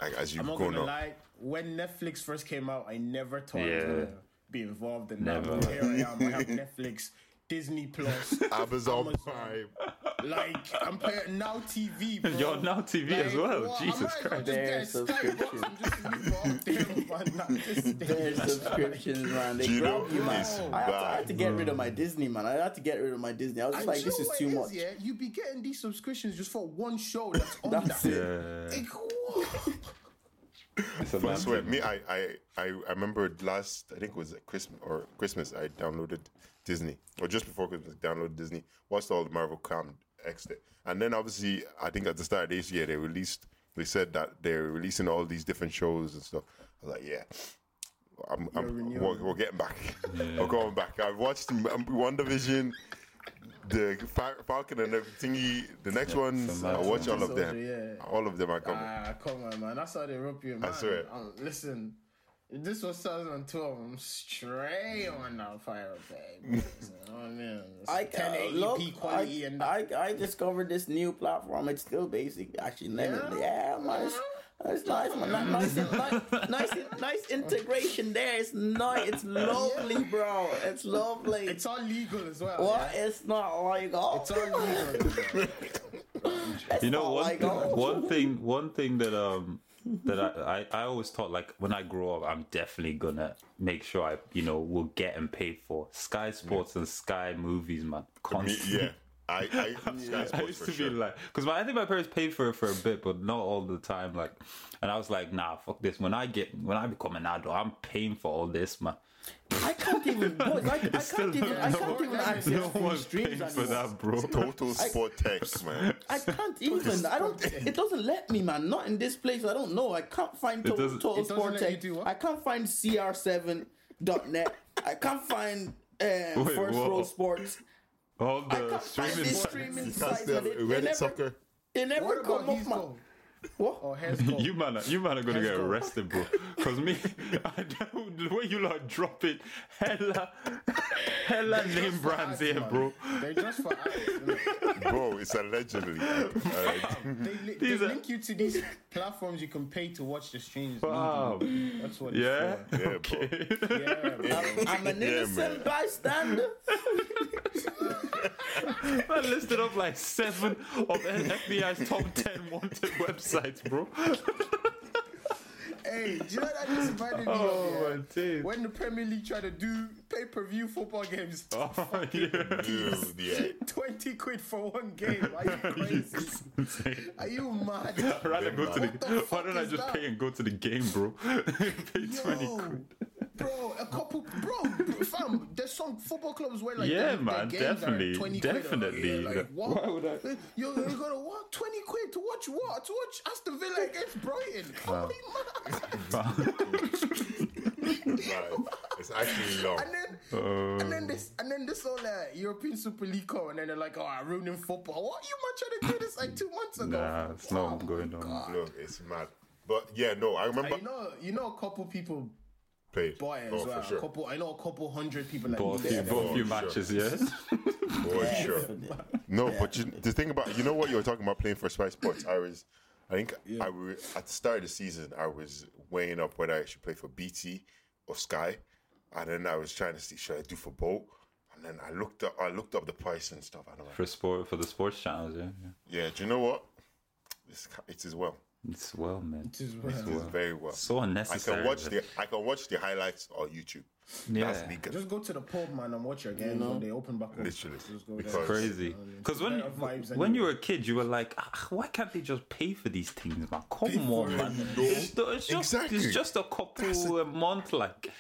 E: like, as you've
D: I'm not
E: grown
D: gonna
E: up.
D: lie. When Netflix first came out, I never thought I was
A: Yeah.
D: gonna be involved in that.
A: Never.
D: But here I am. I have Netflix, Disney Plus,
E: Amazon,
D: Amazon.
E: Prime.
D: Like I'm playing Now TV, bro.
A: Yo, Now TV as well.
D: what? I
A: Jesus
D: might as well
A: Christ.
D: just get
C: Their
D: Sky Box and just leave all there, man. Not just
C: Their
D: there.
C: subscriptions, man. They
E: Do you know
C: grab you, man.
E: it's
D: I had to-
C: I had, to, I had
E: bad?
C: to get rid of my Disney, man. I had to get rid of my Disney. I was just like,
D: you
C: this
D: know
C: is
D: what
C: too
D: it
C: much.
D: yeah? You be getting these subscriptions just for one show that's on
C: That's
D: that.
C: it.
A: Yeah.
D: Like, what?
A: It's a
E: But I
A: man
E: swear,
A: thing.
E: me, I, I, I, I remember last, I think it was Christmas or Christmas, I downloaded Disney, or just before Christmas, downloaded Disney, watched all the Marvel com X, and then obviously, I think at the start of this year, they released, they said that they're releasing all these different shows and stuff. I was like, yeah. I'm, I'm, we're, we're getting back. We're going back. I watched One Division, the Fa- Falcon, and everything. The next ones, I
A: mad
E: watch all of
D: Soldier,
E: them.
D: yeah.
E: All of them are coming.
D: Ah, come on, man. That's how they rope you, man.
E: swear.
D: Um, listen, if this was 2012. I'm straight on that fire, babe. oh, man. It's
C: I, uh,
D: 1080p
C: look,
D: E quality
C: I,
D: and
C: I, I discovered this new platform. It's still basic, actually. Yeah, yeah man. It's,
D: Uh-huh.
C: it's nice, man. Nice, nice, nice, nice integration there. It's nice. It's lovely, bro. It's lovely.
D: it's all legal as well.
C: what?
D: yeah?
C: It's not like oh,
D: It's all legal.
C: it's
A: you know
C: not
A: one,
C: like,
A: thing,
C: oh.
A: one thing one thing that um that I, I i always thought like when i grow up i'm definitely gonna make sure i you know will get and pay for sky sports and sky movies man
E: Me,
A: constantly
E: yeah. I, I, Sky
A: I
E: Sports
A: used
E: for
A: to
E: sure.
A: be like, because I think my parents paid for it for a bit, but not all the time. Like, and I was like, nah, fuck this. When I get, when I become an adult, I'm paying for all this, man.
C: I can't even. Boys, I, I can't
A: still
C: even. I
A: no
C: can't
A: one-
C: even
A: No
C: access no
A: one's paying
C: streams
A: for
C: anymore.
A: that, bro.
E: Total sport text, man.
C: I can't even. I don't. It doesn't let me, man. Not in this place. I don't know. I can't find Total,
A: doesn't-
C: total
D: It doesn't
C: Sport
D: let you
C: Tech.
D: do what?
C: I can't find CR7.net. I can't find uh, First
A: what?
C: Row Sports.
A: All
C: I
A: the
C: can't find
A: streaming.
C: this
A: sites.
C: streaming
E: You can't
C: sites.
E: still
C: man. They, they
E: Reddit
C: never,
E: soccer.
C: they
D: What
C: never
D: about Oh,
C: come up,
D: his
C: man.
D: goal?
C: What?
D: Or his goal?
A: You man, are, you man are gonna get
D: go.
A: arrested, bro. Cause me, I don't, the way you lot drop it, hella, hella name
D: for
A: brands
D: ads,
A: here,
D: man.
A: bro.
D: They're just for ads. innit?
E: Bro, it's allegedly. Alright.
D: They, li- they
A: These are-
D: link you to these platforms you can pay to watch the streams.
A: Wow.
D: That's what it's
A: Yeah.
D: for.
E: Yeah,
A: Okay.
D: Yeah, bro.
C: I'm an
E: Yeah,
C: innocent
E: man.
C: bystander.
A: I listed up like seven of FBI's top ten wanted websites, bro.
D: Hey, do you know that just reminded me
A: Oh
D: of
A: my
D: yeah,
A: days.
D: when the Premier League tried to do pay-per-view football games?
A: Oh, yeah.
E: bro. Dude, yeah.
D: Twenty quid for one game. Are you crazy? Are you mad?
A: I'd rather go to the.
D: What the fuck
A: why don't I
D: is
A: just
D: that?
A: pay and go to the game, bro? pay twenty
D: Yo,
A: quid.
D: bro, a couple, bro, fam. There's some football clubs where like
A: Yeah,
D: their- their
A: man,
D: games are
A: definitely,
D: 20
A: definitely.
D: Quid, or- yeah, like, what?
A: Why would I-
D: Yo, you're gonna what? Twenty quid to watch what? To watch Aston Villa against Brighton? Come on, man.
E: Right. It's actually long.
D: And then, and then this, and then this whole uh, European Super League come, and then they're like, "Oh, I'm ruining football." What you man trying to do this like two months ago?
A: Nah, it's not going on.
E: No, it's mad. But yeah, no, I remember.
D: You know, you know, a couple people
E: played.
D: bought it as
E: oh,
D: well.
E: for sure.
D: A couple, I know a couple hundred people like
A: Bought a few,
D: yeah,
A: bought a few
E: sure.
A: matches, yeah.
E: For sure. No, but you, the thing about you know what you were talking about playing for Spy Sports. I was, I think I were, at the start of the season I was weighing up whether I should play for BT or Sky, and then I was trying to see should I do for both. And then I looked up, I looked up the price and stuff. And I'm like,
A: For sport, for the sports channels, yeah. yeah.
E: yeah, do you know what? It's, it is well.
A: It's well, man.
D: as well.
E: It is very well.
A: So
E: I
A: unnecessary.
E: can watch
A: man.
E: the I can watch the highlights on YouTube.
A: Yeah.
E: That's legal.
D: Just go to the pub, man, and watch your game when they open back up.
E: Literally,
D: Just go
E: because-
D: there.
A: Crazy, because when
D: Better vibes
A: you, when you
D: anyway.
A: were a kid, you were like, ah, "Why can't they just pay for these things, man? Come on,
E: it,
A: man!
E: you know?
A: It's, the- it's just
E: Exactly.
A: it's just a couple a month, like."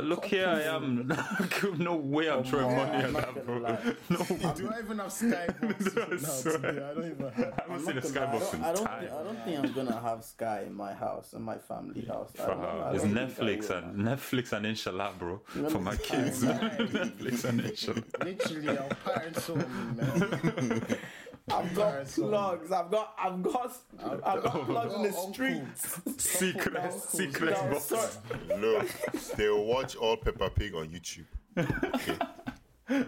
A: Look here, I am. no way, I'm throwing money at
C: I'm not
A: that,
C: gonna
A: bro.
C: lie.
A: No,
D: Do I even have Sky? Box
A: I
D: now today? I don't even have.
A: I haven't seen a
C: Not gonna lie,
A: skybox in
C: I don't, I don't,
A: time.
C: thi- I don't think I'm gonna have Sky in my house, in my family house. I don't, I
A: It's
C: don't think I
A: Netflix
C: will,
A: and Netflix and Inshallah, bro, for my kids. Netflix and Inshallah.
D: Literally, our parents sold me, man.
C: I've got plugs. I've got I've got I've got plugs in the
D: Oh, Uncle.
C: streets.
A: Secret, secret
C: No,
A: box.
C: sorry.
E: Look, they will watch all Peppa Pig on YouTube. Okay.
A: Five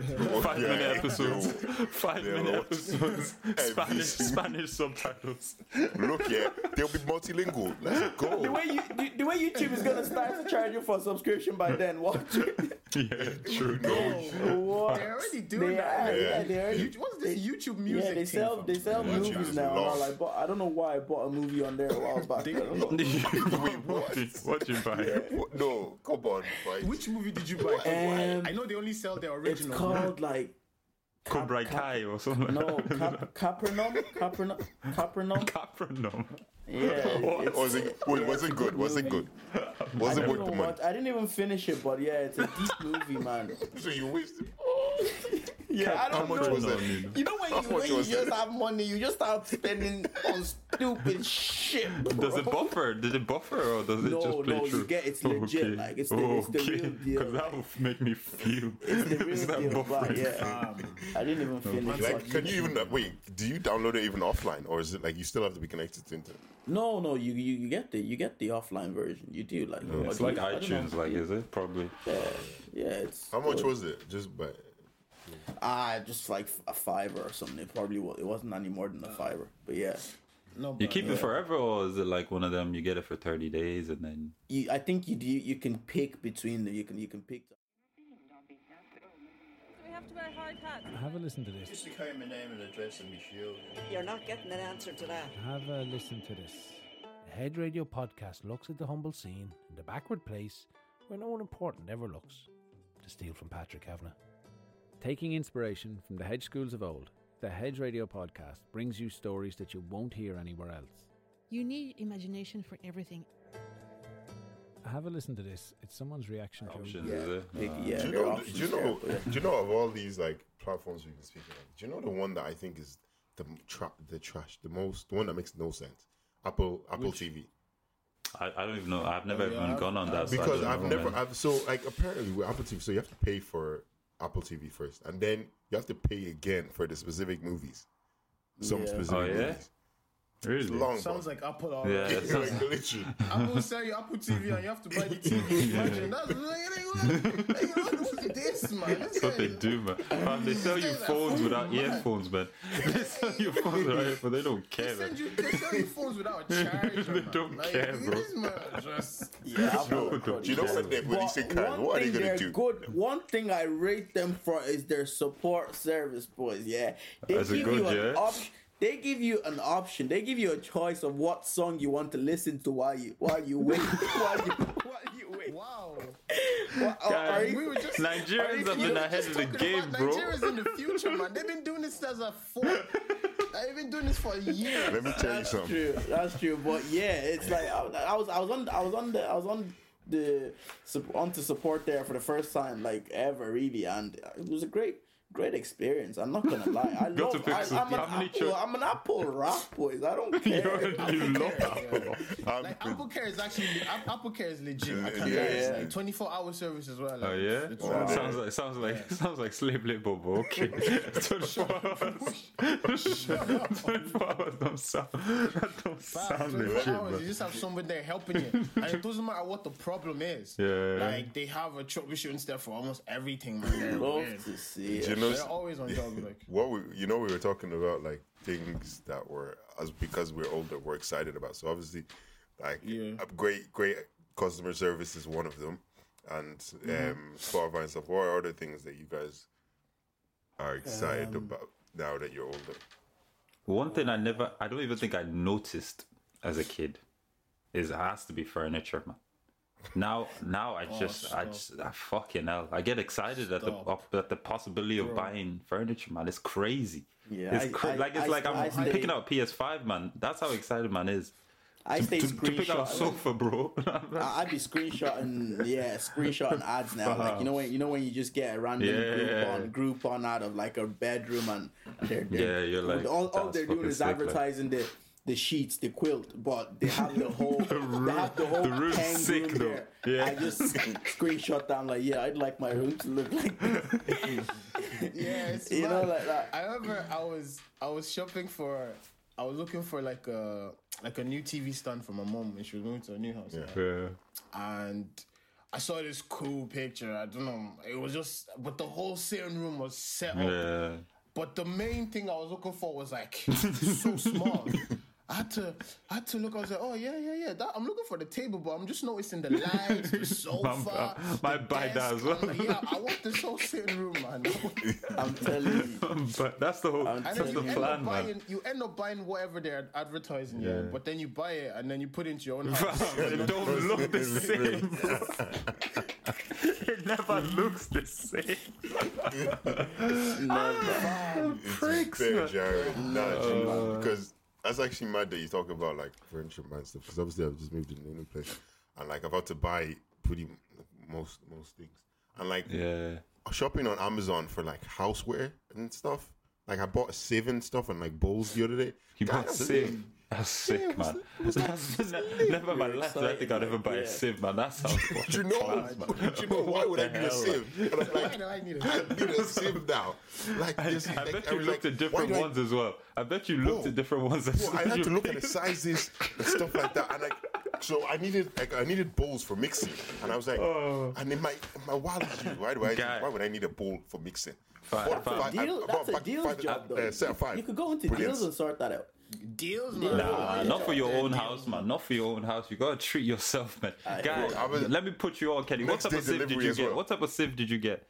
E: Yeah,
A: minute
E: they
A: episodes.
E: do.
A: Five
E: They'll
A: minute
E: watch
A: episodes.
E: every
A: Spanish
E: single-
A: Spanish subtitles.
E: Look, yeah, they'll be multilingual. Let's go.
C: The way you the- the way YouTube is gonna start to charge you for a subscription by then, watch it.
A: Yeah, true.
E: No,
C: What?
D: They're already doing
C: They
D: that.
C: are,
E: Yeah.
C: yeah, they are.
D: You- what's this YouTube music?
C: Yeah, they
D: thing
C: sell
D: from?
C: they sell
E: Yeah,
C: movies
E: Jesus,
C: now. and all.
E: lost.
C: I bought I don't know why I bought a movie on there a while back. I don't know.
A: what? What you buy?
E: What? no, come on. Right.
D: Which movie did you buy? Oh,
C: Um,
D: I know they only sell their
C: It's
D: original.
C: called like Cap-
A: Cobra
C: Cap-
A: Kai or something.
C: No,
A: like that.
C: Cap- Capernaum, Capernaum, Capernaum.
A: Capernaum.
C: Yeah, it's-
E: was it? Wait, was it good? Was it good? Was
C: I
E: it
C: don't
E: worth
C: know
E: the money?
C: what. I didn't even finish it, but yeah, it's a deep movie, man.
E: So you wasted.
C: Yeah, I
E: How
C: don't
E: much
C: know.
E: was
A: No,
E: that?
A: no, no.
C: You know when you,
E: How much
C: when you
E: was
C: just
E: that?
C: have money, you just start spending on stupid shit. Bro.
A: Does it buffer? Did it buffer or does it
C: No,
A: just play
C: no, you
A: true?
C: get- it's legit, like, it's the- it's the real deal,
A: Because that
C: like.
A: would make me fume.
C: It's the
A: Is that
C: real deal, but
A: buffering?
C: yeah, I didn't even finish.
E: Like,
C: watching
E: can
C: it.
E: you even wait? Do you download it even offline, or is it like you still have to be connected to internet?
C: No, no, you, you you get the you get the offline version. You do like or
A: It's
C: do
A: like
C: you- I don't know.
A: iTunes, like is it probably?
C: Yeah, it's
E: How much
C: good.
E: was it? Just by
C: ah just like a fiver or something. It probably was, it wasn't any more than a fiver, but yeah,
D: No,
A: You
D: but-
A: keep it forever, or is it like one of them you get it for thirty days and then?
C: you I think you do you can pick between the you can you can pick.
F: We have to wear hard hats.
G: Have a listen to this.
H: Just declare my name and address and my shield.
I: You're not getting an answer to that.
G: Have a listen to this. The Head Radio podcast looks at the humble scene in the backward place where no one important ever looks. To steal from Patrick Kavanagh.
J: Taking inspiration from the hedge schools of old, the Hedge Radio podcast brings you stories that you won't hear anywhere else.
K: You need imagination for everything.
G: Have a listen to this. It's someone's reaction to
A: Options, is it?
C: Pick, yeah,
E: do you
C: there are
E: know?
C: options
E: Do you know?
C: there, but
E: Do you know of all these like platforms we've been speaking of? Do you know the one that I think is the m- tra- the trash, the most, the one that makes no sense? Apple Apple TV.
A: I, I don't even know. I've never even
D: I've-
A: gone on that. so I
E: Because
A: don't
E: I've
A: know,
E: never.
A: man.
E: I've, so like apparently with Apple TV, so you have to pay for Apple TV first, and then you have to pay again for the specific movies. Some
C: Yeah.
E: specific
A: Oh, yeah?
E: movies. It's
A: really.
E: long.
D: Sounds
E: Sounds
D: like Apple already.
A: Yeah, it sounds-
E: like literally.
D: I'm gonna sell you Apple TV and you have to buy the TV. Imagine that's like, like, what, what is this, man? This
A: that's what they
D: guy-
A: do, man. man. They sell you phones without earphones, man. They sell you phones without earphones. They don't
D: They
A: care,
D: send
A: man.
D: you, they sell you phones without a charger.
A: They
D: man.
A: don't
D: like,
A: care, bro.
D: This man just
C: yeah, I'll
A: No,
C: put it
A: no,
C: on.
E: Do you know what they're releasing?
C: But
E: Karen?
C: one
E: What are they
C: thing
E: gonna
C: they're
E: do?
C: Good. One thing I rate them for is their support service, boys. Yeah, they
A: That's a
C: give
A: good,
C: you an
A: yeah.
C: option. They give you an option. They give you a choice of what song you want to listen to while you while you wait. while you while you wait.
D: wow.
C: Or- or
A: Guys,
C: even-
D: We were just
A: Nigerians have
D: we
A: been
D: were
A: ahead
D: just
A: of the
D: talking
A: game,
D: about
A: bro.
D: Nigerians in the future, man. They've been doing this as a fool. They've been doing this for years.
E: Let me tell you something.
C: true. That's true. But yeah, it's like I, I was I was on I was on the I was on the sup- on to support there for the first time like ever really, and it was a great great experience. I'm not gonna lie. I
A: Got to
C: love.
A: pick
C: I,
A: some-
C: I'm, an
A: how many
C: apple,
A: cho-
C: I'm an apple rock boys. I don't care.
A: You love Apple.
E: Um,
D: Like Apple Care is actually App- Apple Care is legit. I can
E: Yeah.
D: yeah, it's like 24 hour service as well. Like,
A: Oh yeah,
D: it's really-
A: sounds like sounds like sounds like slave labor, but okay. Twenty-four hours. Twenty-four hours don't sound that don't sound legit,
D: 24 hours, you
A: man.
D: just have someone there helping you, and it doesn't matter what the problem is.
A: Yeah.
D: like they have a troubleshooting step for almost everything, man. They're, weird.
C: Love to see
E: do you
C: it.
E: know?
D: They're always on job. Like
E: what we you know we were talking about like things that were as because we're older we're excited about so obviously like
D: Yeah.
E: a great great customer service is one of them and
A: Mm-hmm.
E: um Spotify and stuff what are other things that you guys are excited
A: Um,
E: about now that you're older
A: One thing I never, I don't even think I noticed as a kid, is it has to be furniture, man. Now, now I just, I just, I fucking hell, I get excited at the
D: Stop.
A: at the possibility of buying furniture, man. It's crazy.
C: Yeah,
A: it's
C: I-
A: cra-
C: I-
A: like it's
C: I-
A: like
C: I
A: I'm
C: stay-
A: picking up PS5, man. That's how excited man is.
C: I stay
A: To, to pick up
C: screenshot.
A: sofa, bro.
C: I- I'd be screenshotting, yeah, screenshotting ads now. Like you know when you know when you just get a random
A: Yeah.
C: Groupon, Groupon out of like a bedroom and they're,
A: Yeah,
C: they're
A: you're like,
C: all, all
A: that's
C: they're doing
A: fucking
C: is
A: sick, like-
C: advertising the the sheets, the quilt, but they have the whole they have the whole
A: the room's
C: hang
A: sick,
C: room
A: though.
C: there.
A: Yeah.
C: I just screenshot that. I'm like, yeah, I'd like my room to look like this.
D: yeah, it's
C: you know
D: mad.
C: like that.
D: I remember I was I was shopping for I was looking for like a like a new TV stand for my mom when she was moving to a new house.
E: Yeah.
A: Yeah.
D: And I saw this cool picture. I don't know. It was just, but the whole sitting room was set up.
A: Yeah.
D: But the main thing I was looking for was like so small. I had to, I had to look. I was like, oh yeah, yeah, yeah. That, I'm looking for the table, but I'm just noticing the lights, the sofa,
A: my
D: the
A: bad
D: desk.
A: as well.
D: I'm like, yeah, I want this whole sitting room, man.
C: I'm telling you.
A: but that's the whole.
C: And
D: And
A: That's
D: then
A: the
D: you end up
A: plan,
D: buying,
A: man.
D: you end up buying whatever they're advertising, yeah.
A: Yeah.
D: But then you buy it and then you put it into your own house.
A: It don't look the same. bro. it never looks the same. Pricks,
E: fair,
A: man. Uh,
E: Jared. Nah, geez, because that's actually mad that you talk about like furniture man stuff. Because obviously I've just moved to a new place, and like I've had to buy pretty m- most most things, and like
A: Yeah.
E: shopping on Amazon for like houseware and stuff. Like I bought saving stuff and like bowls the other day.
A: You
E: God
A: bought
E: damn.
A: Civ. That's sick, man. That's ne- never in my life did I think I'd ever buy a Civ, man. That sounds fucking
E: Do you know?
A: class,
E: Do
A: man.
E: you know why would I
A: What the
E: need a
A: hell,
E: sieve? And I'm
D: Why
E: like,
D: do I need
E: I
D: it?
E: need a sieve now. Like,
A: I,
E: this-
A: I
E: like,
A: bet
E: I
A: you
E: was
A: looked
E: like,
A: at
E: why
A: different
E: do I-
A: ones as well. I bet you looked
E: Whoa.
A: at different ones. as
E: Well, I had
A: you
E: to look at the
A: picked.
E: sizes and stuff like that, and like, so I needed like I needed bowls for mixing, and I was like, and in my in my wildest dream, why do I
A: Oh. Guy.
E: why would I need a bowl for mixing?
A: Fine,
E: Bought
A: fine.
E: I-
C: Deal,
E: I
C: that's a
E: bought
C: deals
E: five-
C: job, though.
E: uh, set of five.
C: You could go into
E: Brilliant.
C: deals and sort that out.
D: Deals, man.
A: Nah,
C: Yeah.
A: not for your own house, man. Not for your own house. You gotta treat yourself, man. Guy,
E: Bro, I was-
A: let me put you on, Kenny. What
E: Next
A: type of
E: day
A: sieve did
E: delivery
A: you
E: as
A: get?
E: well.
A: What type of sieve did you get?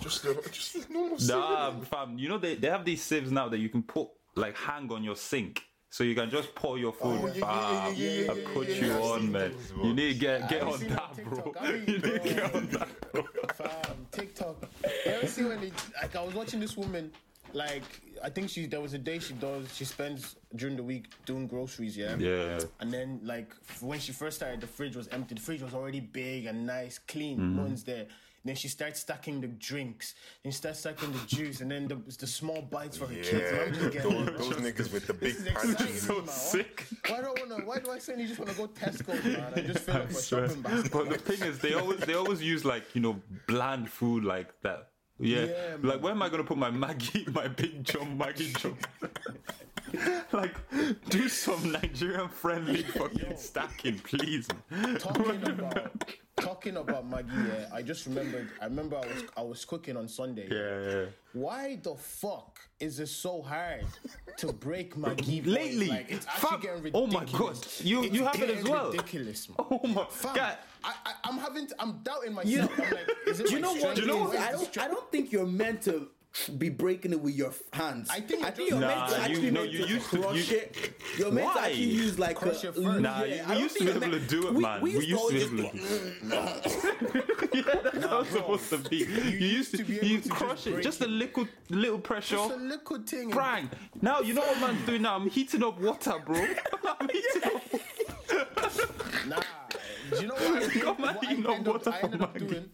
E: Just a- just a normal sieve.
A: Nah, fam. You know they, they have these sieves now that you can put like hang on your sink. So you can just pour your food.
E: yeah, yeah, yeah,
A: Fam,
E: yeah, yeah,
A: I
E: yeah,
A: put
E: yeah,
A: you
E: yeah, I've
A: on,
E: seen
A: man.
E: those
A: You
E: ones.
A: need to get get
D: I've
A: on
D: seen
A: that,
D: them
A: bro.
D: TikTok. I mean,
A: You need to get
D: bro.
A: on that.
D: Fam, um, TikTok. You ever see when they, like I was watching this woman, like I think she there was a day she does she spends during the week doing groceries, yeah.
A: Yeah.
D: And then like f- when she first started, the fridge was empty. The fridge was already big and nice, clean. No one's there. Then she starts stacking the drinks. Then she starts stacking the juice, and then the, the small bites for her kids. And I'm
E: Yeah,
D: just getting,
E: those, those niggas with the big
D: is
E: punches.
D: exciting.
A: So
D: Why-
A: sick.
D: why do I wanna? Why do I suddenly just wanna go Tesco, man? I just feel
A: I
D: like my
A: swear.
D: shopping basket.
A: But the thing is, they always they always use like you know bland food like that. Yeah,
D: Yeah,
A: like where am I gonna put my Maggie, my Big John Maggie John? like, do some Nigerian friendly fucking stacking, please.
D: talking about talking about Maggie, yeah, I just remembered. I remember I was I was cooking on Sunday.
A: Yeah,
D: Why the fuck is it so hard to break Maggie? boys?
A: Lately,
D: like, it's
A: fam-
D: actually getting
A: oh my
D: ridiculous.
A: God, you-
D: It's
A: you have it
D: getting
A: as well.
D: Ridiculous. Man.
A: Oh my
D: Fam,
A: god.
D: I, I, I'm having. to- I'm doubting myself. I'm like, is it
C: Do you
D: my
C: know what?
D: strength?
A: Do you know what?
D: Is it
C: I don't. I don't think you're meant to be breaking it with your f- hands.
D: I think
C: I
D: you
C: think
D: just-
C: you're
A: Nah,
C: meant to
A: you-
C: actually
A: no,
C: meant
A: you
C: to
A: used to-
C: crush
A: you-
C: it. You're meant
A: Why?
C: to actually use like
D: Crush
C: a,
D: it first.
A: Nah,
C: yeah, I
A: we
C: don't
A: used to be
C: think you're
A: able to
C: meant-
A: do it,
C: we-
A: man.
C: We
A: We
C: used to
A: used to
C: always
A: be
C: just
A: able to. yeah, that's how it's supposed to be. You, used to,
D: to be able
A: you
D: to just
A: crush it,
D: break
A: just a
D: it.
A: little little pressure.
D: Just a little thing. and-
A: Bang! Now you know what man's doing now. I'm heating up water, bro. I'm heating up.
D: Nah. Do you know what I did?
A: Come on,
D: what
A: you know
D: I ended
A: what
D: up, I
A: I'm
D: ended up
A: liking.
D: doing?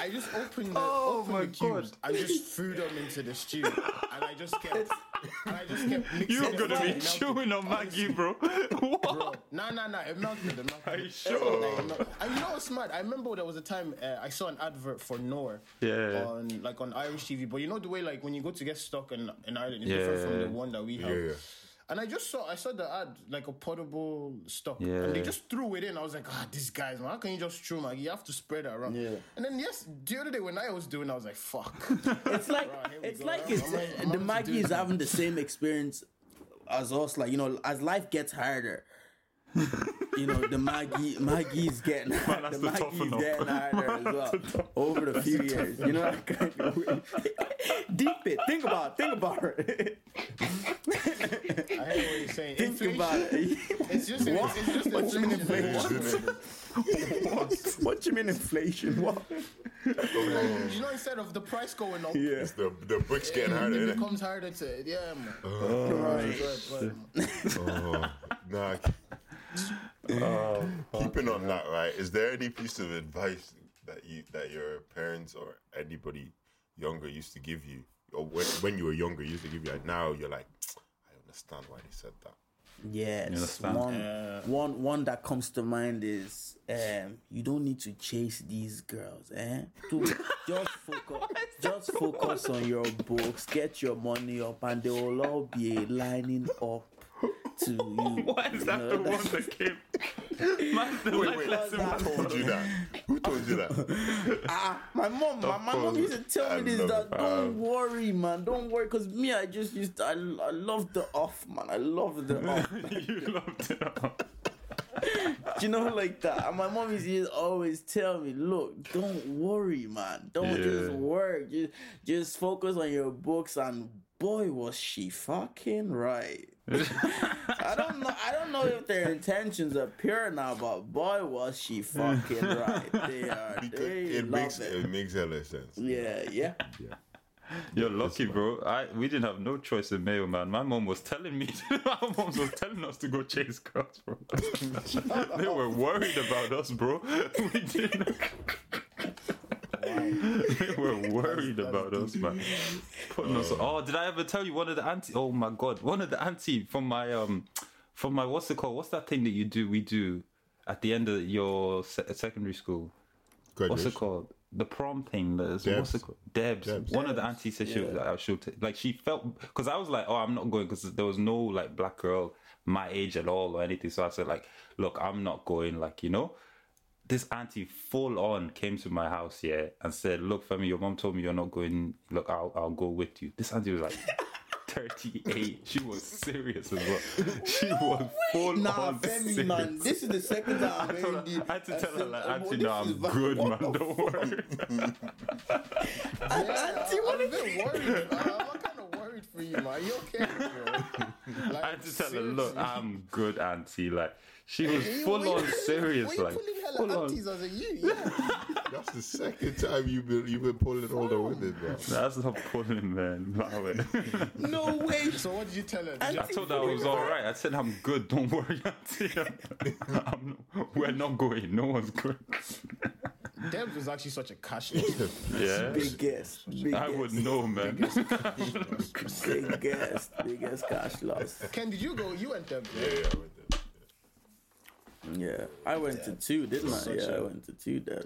D: I just opened the,
A: Oh
D: opened
A: my
D: the cubes.
A: God.
D: I just threw them into the stew, and I just kept, and I just kept mixing.
A: You're
D: them
A: gonna
D: up
A: be
D: and melted.
A: chewing on Maggie, bro. What?
D: Bro, nah, nah, nah. It melted. It melted.
A: Are you sure?
D: Like, it mel- and you know what's mad? I remember there was a time uh, I saw an advert for Knorr
A: Yeah.
D: on like on Irish TV. But you know the way like when you go to get stock in, in Ireland, it's different from
A: Yeah.
D: the one that we have.
E: Yeah, yeah.
D: And I just saw I saw the ad like a potable stock,
A: Yeah.
D: and they just threw it in. I was like, ah, these guys, man, how can you just throw like you have to spread it around?
C: Yeah.
D: And then yes, the other day when I was doing, I was like, fuck.
C: It's like
D: Right, here we
C: it's
D: go.
C: like
D: I'm-
C: it's
D: I'm ready- I'm
C: the
D: ready to
C: Maggie
D: do
C: is
D: this.
C: having the same experience as us. Like you know, as life gets harder, you know the Maggie Maggie's getting
A: has
C: the
A: to toughen
C: Maggie's
A: up.
C: getting harder as well over the few years. You know, like, deep it. Think about think about it.
D: I hear what you're saying.
C: Think about it.
D: It's just it's, it's just
C: What you mean
D: inflation.
E: inflation?
C: what? What you mean inflation? What?
D: You know, instead of the price going up,
C: Yeah.
E: It's the the bricks getting harder.
D: it
E: innit?
D: becomes harder to yeah. Man.
E: Oh, nah. Keeping on that, right? Is there any piece of advice that you that your parents or anybody younger used to give you, or when, when you were younger used to give you, and now you're like, I understand why they said that.
C: Yes,
A: understand?
C: one, one, one that comes to mind is um, you don't need to chase these girls, eh? Do- just focus, just focus on your books, get your money up, and they will all be lining up to you.
A: Why is that the one that came? Man, the
E: Wait,
A: life
E: wait.
A: lesson
E: Who
A: was-
E: told you that? Who told you that?
C: Ah, my mom, my, my mom used to tell me this that don't worry, man, don't worry, cause me, I just used to, I, I love the off, man, I love the off.
A: you loved it. all.
C: Do you know, like that. And my mom used to just always tell me, look, don't worry, man, don't just
A: Yeah.
C: worry, just just focus on your books. And boy, was she fucking right. I don't know. I don't know if their intentions are pure now, but boy, was she fucking right. They are.
E: Because
C: they
E: it
C: love
E: makes
C: it.
E: it makes a lot of sense.
C: Yeah, yeah.
A: You're lucky, bro. I we didn't have no choice in Mayo, man. My mom was telling me, my mom was telling us to go chase girls, bro. they were worried about us, bro. We didn't. they were worried about us, man. Putting us. Oh, did I ever tell you one of the auntie? Oh my god, one of the auntie from my um, from my what's it called? What's that thing that you do? We do at the end of your se- secondary school what's it
E: Graduation.
A: called? The prom thing. That is,
E: Debs.
A: What's it called? Debs.
E: Debs.
A: One of the aunties said she was like, oh, she'll ta- like she felt because I was like, oh, I'm not going because there was no like black girl my age at all or anything. So I said like, look, I'm not going. Like you know, this auntie full on came to my house yeah and said, look, Femi, your mom told me you're not going. Look, I'll I'll go with you. This auntie was like. 38 she was serious as well she was full
C: Nah,
A: on
C: Femi,
A: serious.
C: man, this is the second time
A: Oh, I told
C: I've heard
A: her-
C: it.
A: I had to tell her,
C: said,
A: like,
C: "Oh,
A: Auntie,
C: this
A: no,
C: is
A: I'm
C: bad.
A: good,
C: What
A: man,
C: the
A: don't
C: fuck?"
A: worry.
C: Auntie, what
D: I'm a
C: is
D: bit worried. man. I'm kind of worried for you, man. Are you okay, bro? Like,
A: I had to tell her, look,
D: seriously.
A: I'm good, Auntie. Like, she was
D: Were you-
A: full
D: were you-
A: on serious.
D: Were you
A: Like,
D: pulling hella
A: full
D: aunties
A: on.
D: as a you? Yeah.
E: That's the second time you've been you've been pulling all the women, bro.
A: That's not pulling, man. Wow, man.
C: No way.
D: So what did you tell her? Did
A: I
D: you-
A: told her I was all right. I said, I'm good, don't worry, Auntie. I'm not, we're not going, no one's going.
D: Debs was actually such a cashless.
A: Yeah.
C: Big guess. Big
A: I
C: guess.
A: would know, man.
C: Big guess. Biggest cash loss.
D: Ken, did you go? You went Debs.
E: Yeah,
D: right?
E: yeah, with them.
C: Yeah. I went to two, didn't I? Yeah, I went to two then.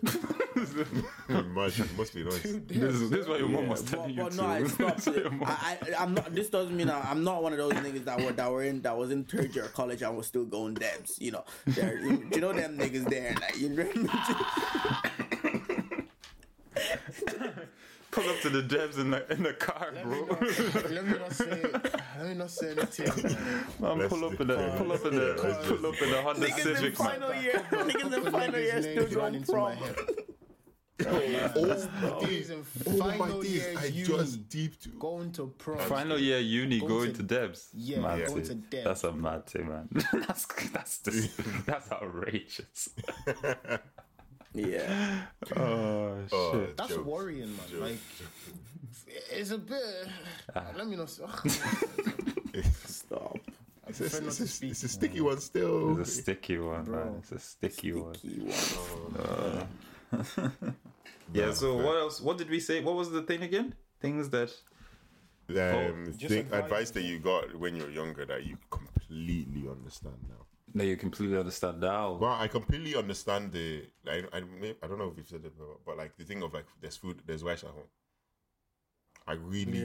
E: Imagine, must be nice.
A: This is, this is what your mom was
C: But,
A: telling
C: but
A: you.
C: no, I
A: to.
C: stopped
A: Your
C: it.
A: mom-
C: I, I, I'm not. This doesn't mean I, am not one of those niggas that were that were in that was in third year of college and was still going debs. You know, there. You, you know them niggas there. Like you know.
A: Pull up to the devs in the, in the car, bro.
D: Let me not say. Let me not say anything. man.
A: Man,
E: Let's
A: pull up in the
E: do-
A: pull up in the
E: Yeah, let's
A: pull up in the Honda
C: Niggas in
A: Civic, man.
C: final year. Niggas in final year still
D: Niggas'
C: going
D: names ran
C: prom.
D: into my head.
E: Oh,
D: Niggas in
E: all my
D: final
E: days,
D: year
E: I
D: uni
E: just deep to.
D: going to prom.
A: Final year uni
D: Going
A: going
D: to-
A: to Debs.
D: Yeah,
A: Mad thing.
D: going to Debs.
A: That's a mad thing, man. that's that's just, that's outrageous.
C: Yeah.
A: Oh shit.
D: That's
E: jokes.
D: worrying, man. Like, it's a bit.
A: Ah.
D: let me not. say- Ugh,
C: Stop.
E: It's a,
D: prefer not
E: it's,
D: to
E: a,
D: speak,
E: it's a sticky one still.
A: It's a sticky one, man. It's a sticky, one.
C: Key one.
D: Oh.
E: Um,
A: Yeah. So what else? What did we say? What was the thing again? Things that
E: Um,
D: Just
E: think,
D: advice
E: advice that you got when you're younger that you completely understand now.
A: that you completely understand now.
E: Well, I completely understand the. I, I, may- I don't know if you've said it before, but like the thing of like there's food, there's rice at home. I really,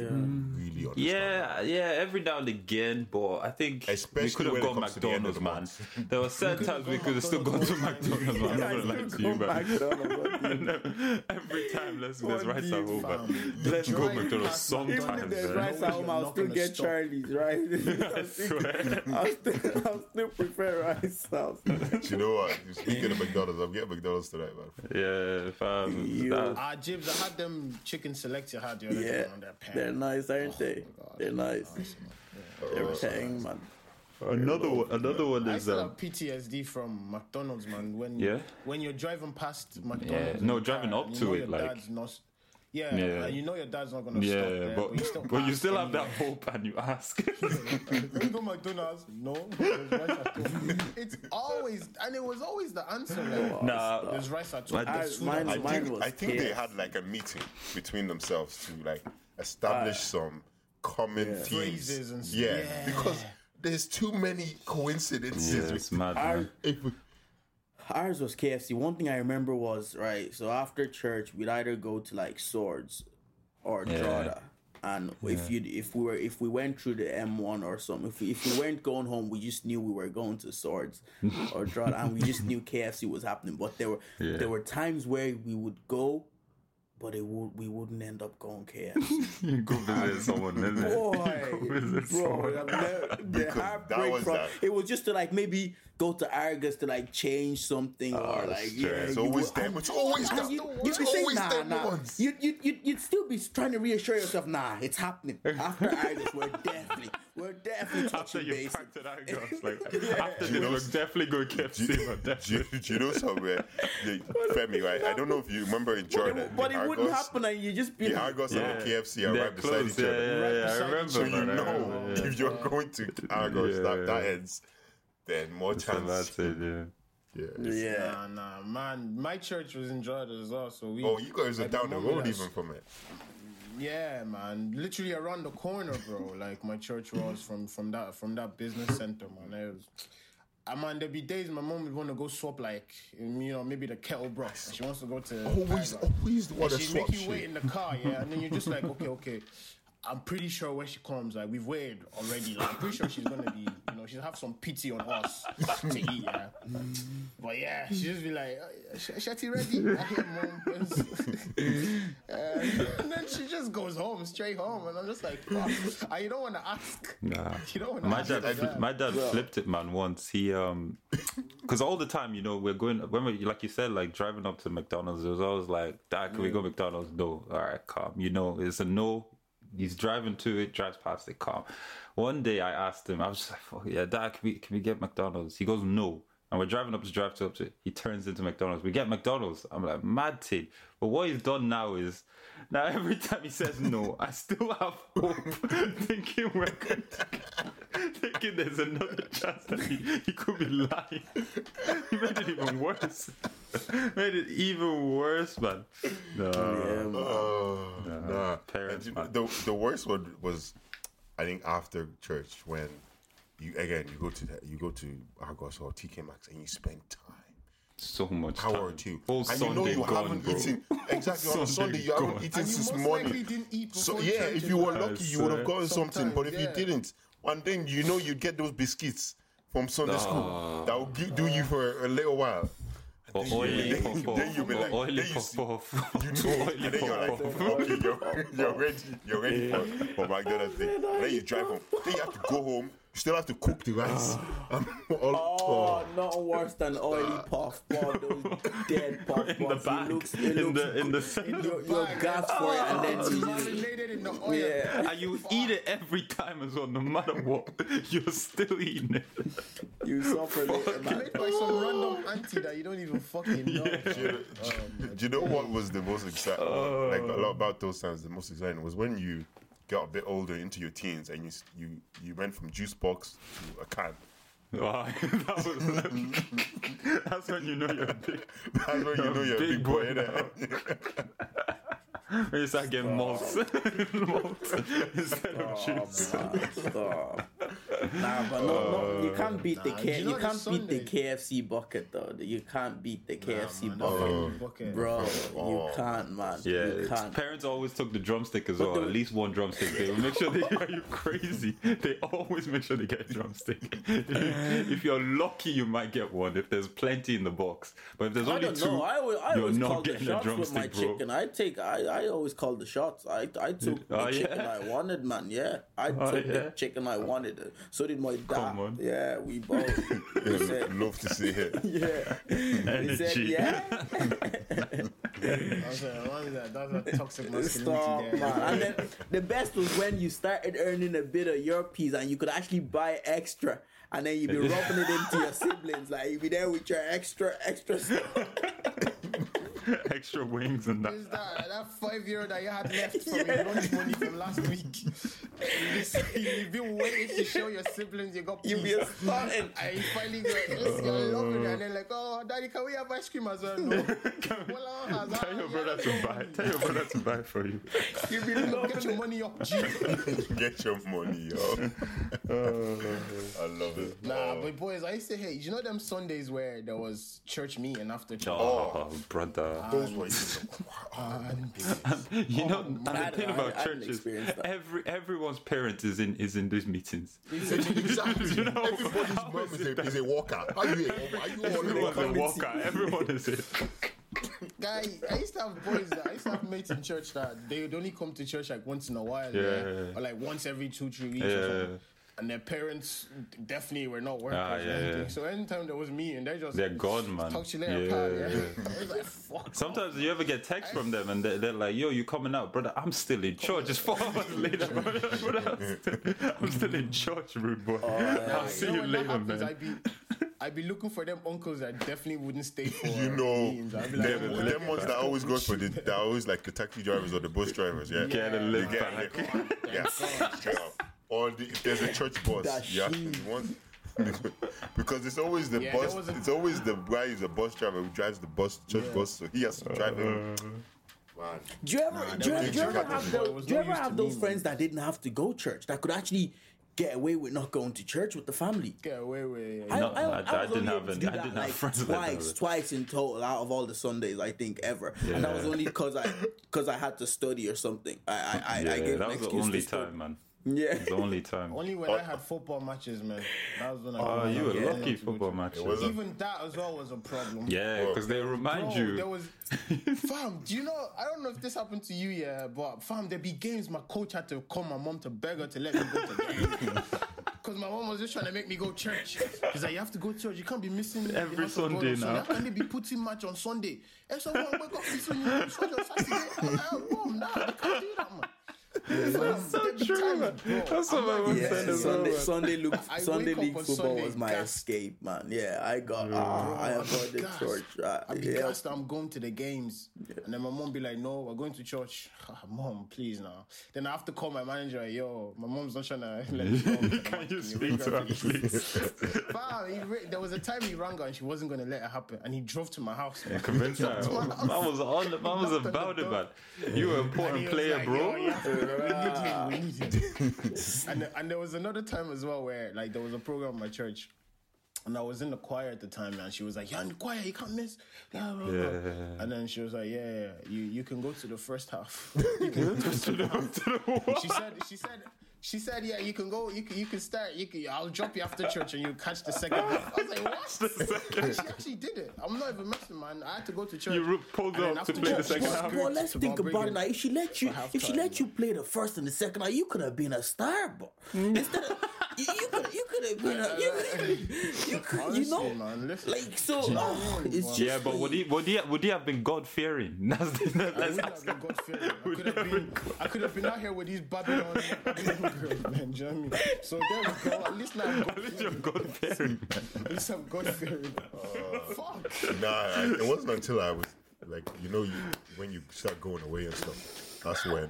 E: really understand. that.
A: Yeah, yeah, every now and again, but I think
E: Especially
A: we could have
E: when it
A: gone
E: comes to the end of
A: McDonald's,
E: the
A: man.
E: month.
A: There were certain times we could have still gone to McDonald's, man. I'm not gonna lie to you, man. uh, Every time, let's let's
C: What
A: right
C: do
A: at
C: you
A: home, man.
D: found?
A: Let's go
D: Drive
A: McDonald's
D: past
A: sometimes,
D: McDonald's.
C: Even if there's
A: man.
C: rice at home, I'll
D: Not
C: still
D: gonna
C: get
D: stop.
C: Charlie's, right?
A: I
C: I'll still,
A: swear.
C: I'll still, I'll still prefer rice. I'll still-
E: Do you know what? Speaking of McDonald's, I'm getting McDonald's tonight, man.
A: Yeah, fam.
C: You-
A: that-
D: Ah, Jibs, I had them chicken select you had the other
C: Yeah,
D: day on their pan.
C: they're nice, aren't they? They're nice. They're paying, man.
A: Another one. Another one
D: I
A: is
D: still
A: um.
D: have PTSD from McDonald's, man. When
A: Yeah?
D: when you're driving past McDonald's, in
A: No,
D: the
A: driving
D: car,
A: up
D: and
A: to
D: you know
A: it,
D: your
A: like-
D: dad's not, yeah,
A: Yeah.
D: and you know your dad's not gonna stop.
A: Yeah,
D: there,
A: but
D: you still,
A: but you
D: ask
A: still have that
D: anyway.
A: hope, and you ask.
D: Can we go McDonald's? No. there's rice at home. it's always and it was always the answer. Like,
A: Nah,
D: There's rice at home.
A: I-
D: There's food
C: mine-
D: at
E: I
D: home.
C: mine
E: think,
C: was
E: I think they
C: chaos.
E: had like a meeting between themselves to like establish some common themes.
D: Phrases and
E: yeah,
D: stuff. Yeah.
E: because there's too many coincidences.
A: yeah,
E: with-
A: it's mad.
C: I-
A: man.
E: If we-
C: Ours was KFC. One thing I remember was right. So after church, we'd either go to like Swords or
A: Yeah.
C: Drada. And if you if we were if we went through the M1 or something, if we, if we weren't going home, we just knew we were going to Swords or Drought, and we just knew KFC was happening. But there were
A: Yeah.
C: there were times where we would go, but it would we wouldn't end up going KFC.
A: You go visit someone, isn't it?
C: Boy,
A: You go visit someone.
C: bro, I've never- the
E: Because that
C: heartbreak
E: was
C: from
E: that.
C: it was just to like maybe go to Argus to like change something or
E: Oh, that's
C: like
E: true.
C: yeah,
E: It's
C: you
E: always
C: would-
E: them-
C: and-
E: it's always
C: and
E: them-
C: you- You'd
E: it's
C: be saying
E: always
C: nah,
E: them
C: nah.
E: ones.
C: You'd you'd you'd you'd still be trying to reassure yourself, nah, it's happening. After Argus, we're definitely we're definitely
A: After
C: touching
A: you
C: base.
A: packed it out, girls, like after
E: You
A: this,
E: know-
A: we're definitely going
E: Do,
A: KFC.
E: you-
A: We're
E: do, you-
A: definitely.
E: do you know somewhere, the, Femi, right? I don't know if you remember in
C: But
E: Jordan.
C: it, but
E: the
C: it wouldn't
E: Argos-
C: happen, and you just be
E: The
C: like,
E: Argos and the KFC are
A: They're
E: right beside
A: close,
E: each
A: yeah,
E: other.
A: Yeah, yeah, I
D: beside
A: remember.
D: each
E: So you
A: man, I
E: know
A: remember,
E: if you're going to Argos,
A: Yeah.
E: that, that ends, then more
A: yeah. So
E: chance.
A: that's it, yeah.
E: Yeah.
C: yeah.
D: Nah, nah, man. My church was in Jordan as well, so we.
E: Oh, you guys are
D: at
E: down the
D: moment,
E: road
D: that's-
E: even from it.
D: Yeah, man. Literally around the corner, bro. like my church was from from that from that business center, man. It was. I man, there'd be days my mom would want to go swap like you know maybe the kettle broth. She wants to go to
E: Always,
D: Argos.
E: always the one
D: And
E: that
D: she make
E: swaps
D: you wait
E: shit.
D: in the car, yeah, and then you're just like, okay, okay. I'm pretty sure when she comes, like we've waited already. Like, I'm pretty sure she's gonna be, you know, she'll have some pity on us to eat, yeah. But yeah, she just be like, uh, Sh- Shetty ready? I hear mom. Uh, and then she just goes home, straight home, and I'm just like, "Fuck." I you don't want to ask.
A: Nah.
D: You don't want to
A: my
D: ask.
A: dad,
D: your
A: fli- my dad flipped it, man. Once he, um, because all the time, you know, we're going when we, like you said, like driving up to McDonald's. It was always like, Dad, can we go McDonald's? No, all right, calm. You know, it's a no. He's driving to it, drives past it, calm. One day, I asked him, I was just like, Fuck yeah, Dad, can we can we get McDonald's? He goes, no. And we're driving up to drive to up to. He turns into McDonald's. We get McDonald's. I'm like mad tid. But what he's done now is, now every time he says no, I still have hope, thinking we're going to thinking there's another chance that he, he could be lying. he made it even worse. made it even worse, man. No.
E: Oh, nah.
A: parents,
E: And
A: man.
E: you- the, the worst one was, I think, after church when you again you go to the, you go to Argos or TK Maxx and you spend time,
A: So much
E: hour
A: time.
E: or two,
A: Whole
E: and
A: Sunday
E: you know you
A: gone,
E: haven't
A: bro.
E: eaten exactly
A: Sunday
E: on a Sunday you
A: gone.
E: haven't eaten
D: And you
E: since
D: most likely
E: morning.
D: didn't eat
E: So
D: before
E: yeah,
D: church
E: if
D: as
E: you were
D: well.
E: lucky, you would have
A: Yes,
E: gotten something.
D: sometimes,
E: But if
D: yeah.
E: you didn't, and then you know you'd get those biscuits from Sunday school that will gi- do you for a little while.
A: Or
E: Then you-
A: oily
E: then you-
A: puff
E: then you'll be
A: off.
E: like-
A: Or oily
E: then you
A: puff
E: see-
A: off.
E: you know,
A: Oily
E: and then you're like,
A: puff off.
E: okay, you're, you're ready, you're ready for, for McDonald's thing. And then you drive home. Then you have to go home. You still have to cook the rice. Um, all,
C: Oh, not worse than oily puff, boy. Those dead puff
A: In the
C: buns. It
A: bag,
C: looks- it
A: in
C: looks
A: the in the
C: good.
A: center.
C: your, your gas for it, and then you just-
D: Marinated in the oil.
C: yeah.
A: And you eat it every time as well, no matter what. You're still eating it.
C: You suffer later, man.
D: Made by some random auntie that you don't even fucking know.
E: Do you, do you know what was the most exciting? Like a lot about those times, the most exciting was when you got a bit older into your teens and you s- you you went from juice box to a can.
A: Wow, that was that's when you know you're a big.
E: That's when you know you're a big boy. innit?
A: When you start getting malts, malts instead of juice.
C: Ah, Stop. Nah, but no, no,
A: Uh,
C: you can't beat the
D: Nah,
C: K-
D: you
C: you
D: know
C: can't
D: the
C: beat the
D: Sunday-
C: KFC bucket though. You can't beat the KFC
D: man, that's
C: bucket,
D: a bucket.
C: bro.
E: Oh.
C: You can't, man.
A: Yeah,
C: you
A: it's-
C: can't.
A: parents always took the drumstick as well.
C: the-
A: At least one drumstick. They would make sure they are you crazy. They always make sure they get a drumstick. If, you, if you're lucky, you might get one if there's plenty in the box. But if there's
C: I
A: only
C: don't
A: two,
C: know. I always, I
A: you're
C: always
A: not
C: call the
A: getting a
C: shots with my
A: drumstick, bro.
C: chicken. I take. I, I always call the shots. I I took the
A: Oh, yeah?
C: chicken I wanted, man. Yeah, I
A: Oh,
C: took
A: yeah?
C: the chicken I wanted. So did my dad.
A: Come on.
C: Yeah, we both.
E: Yeah,
C: He said,
E: love to see it.
C: yeah. He said,
A: Energy.
C: yeah.
D: That's a, that's a, that's a toxic
C: Stop,
D: masculinity there.
C: man. And then the best was when you started earning a bit of your piece and you could actually buy extra. And then you'd be rubbing it into your siblings. Like, you'd be there with your extra, extra stuff.
A: extra wings and that.
D: Is that, that five euro that you had left from your lunch money from last week? You've been waiting to show your siblings you got
C: You'd be
D: peas.
C: starting.
D: And you finally go, yes, you're loving it. And they're like, oh, oh, daddy, can we have ice cream as well? No. Well, uh, as
A: Tell
D: well,
A: your
D: yeah.
A: brother to buy. Tell your brother to buy for you.
D: You be like, get your money up, G.
E: Get your money, yo. I love it.
D: Nah,
E: Oh,
D: but boys, I used to hate. You know them Sundays where there was church meet and after church.
A: Oh, brother.
E: those were years ago.
D: And
A: You know, and
C: I
A: the
C: had-
A: thing
C: Oh, I-
A: about
C: I had an
A: churches,
C: experience that.
A: every everyone's parent is in is in these meetings.
E: exactly.
A: You know,
E: Everybody's
A: how
E: mom
A: is
E: is
A: it
E: a, is a walker. Are you a, are you all
A: Everyone's a
E: walker?
A: walker. Everyone is it.
D: guy, I used to have boys that I used to have mates in church that they would only come to church like once in a while, yeah,
A: Yeah.
D: or like once every two, three weeks,
A: Yeah.
D: or something. and their parents definitely were not working.
A: Ah, yeah, yeah.
D: So anytime there was me and they just
A: They're gone, man.
D: Talk to you later,
A: Yeah,
D: pal,
A: yeah,
D: yeah. I was like, fuck.
A: Sometimes you ever get text from them and they're, they're like, "Yo, you coming out, brother? I'm still in church. It's four hours later, brother. I'm still, I'm still in church, rude boy. I'll see
D: Oh,
A: you
D: know when that
A: later,
D: happens,
A: man."
D: I'd be, I'd be looking for them uncles that definitely wouldn't stay for
E: You know,
D: meetings. I'd be like,
E: them,
D: "Oh,
E: them ones that always goes for the, that always like the taxi drivers or the bus drivers, yeah.
A: Get a
E: They
A: lift
E: get a
A: back.
E: lift. Yeah. Yeah. Or the, if there's a church bus,
C: That
E: yeah,
C: shit.
E: you want- because it's always the
D: Yeah,
E: bus.
D: there was a-
E: It's always the guy is a bus driver who drives the bus, church bus, so he has to drive him. Man,
C: Do you ever, do you,
E: was
C: do you
E: no
C: ever
E: use
C: have,
E: to me.
D: It
C: those,
D: was
C: do you
D: no
C: ever
D: use to
C: have those
D: me,
C: friends that didn't have to go church that could actually get away with not going to church with the family?
D: Get away with it.
C: I,
A: No,
C: I, I,
A: I- I
C: was
A: didn't
C: only
A: have
C: able to
A: any-
C: do
A: I
C: that,
A: didn't have
C: like,
A: friends like that,
C: twice,
A: really.
C: twice in total out of all the Sundays I think ever, and that was
A: Yeah.
C: only because I because I had to study or something. I I, I, I
A: Yeah,
C: gave
A: that was
C: an
A: the
C: excuse
A: only
C: to study.
A: time, man.
C: Yeah,
A: The only time.
D: Only when I had football matches, man. That was when I.
A: Oh, you were
D: Yeah.
A: lucky football match.
E: was a-
D: Even that as well was a problem.
A: Yeah, because they remind
D: Bro,
A: you.
D: There was, fam. Do you know? I don't know if this happened to you, yeah, but fam, there'd be games my coach had to call my mom to beg her to let me go to games. Because my mom was just trying to make me go church. She's like, you have to go to church. You can't be missing you
A: Every
D: have to go on
A: Sunday now."
D: Sunday. How can they be putting match on Sunday? And so, oh my God, this one, you go to church on Saturday. I'm like, oh, mom, nah, I can't do that, man. Fam,
A: so
D: there'd be
A: true,
D: times,
A: man.
D: bro,
A: That's what
D: I'm
A: my
D: like,
A: mom
D: yeah,
A: said as well,
C: Sunday
D: Sunday-
A: man.
C: Sunday league
D: I wake
C: Sunday
D: up
C: league
D: on
C: football
D: Sunday
C: was my
D: gassed.
C: escape, man. Yeah, I got ah, I avoided
D: Gassed.
C: church. Uh,
D: I'd be
C: yeah,
D: gassed, I'm going to the games. And then my mom be like, no, we're going to church. Ah, mom, please now. Then I have to call my manager, like, yo, my mom's not trying to let me go.
A: Can you speak to her, please?
D: Fam, he ra- there was a time he rang her and she wasn't going to let it happen. And he drove to my house. man.
A: Convince her.
D: Drove to
A: Man
D: my house.
A: was on. Man was
D: Knocked on the
A: about it, man.
D: door.
A: You were an
D: And
A: important
D: he was
A: player,
D: like,
A: bro.
D: "Yo, Ah. you have to- we need him, we need him. and, th- and there was another time as well where like there was a program at my church. And I was in the choir at the time, and she was like, "You're in the choir, you can't miss." Blah, blah, blah.
A: Yeah.
D: And then she was like, "Yeah, yeah, you you can go to the first half." You can go to the second half. she said, "She said, she said, yeah, you can go, you can, you can start, you can, I'll drop you after church, and you catch the second half." I was like, "What?" And she actually did it. I'm not even messing, man. I had to go to church.
A: You ru- pulled
D: And then
A: up to
D: after
A: play the
D: church,
A: second
D: she
A: half.
C: Well,
D: screamed
C: let's
D: about
C: think about it.
D: bringing-
C: Now, if she let you,
D: for half
C: if she
D: time.
C: let you play the first and the second, now you could have been a star, bro.
D: Mm.
C: Instead of you, you could, you could have been, a, you, you could, you know,
D: Honestly, man, listen.
C: like so. oh, it's just
A: Yeah, but would he would he would he have been God fearing? That's the,
D: I
A: that's
D: would have been God fearing. I
A: Would
D: could have
A: have
D: been,
A: been God-
D: I could have been out here with these Babylon Babylon girls, man. Do you know what I mean? So there we go. At least now I'm God
A: at least you're
D: fearing.
A: God fearing.
D: At least I'm God fearing.
A: Oh.
D: Fuck.
E: Nah, I, it wasn't until I was like, you know, you when you start going away and stuff. That's when.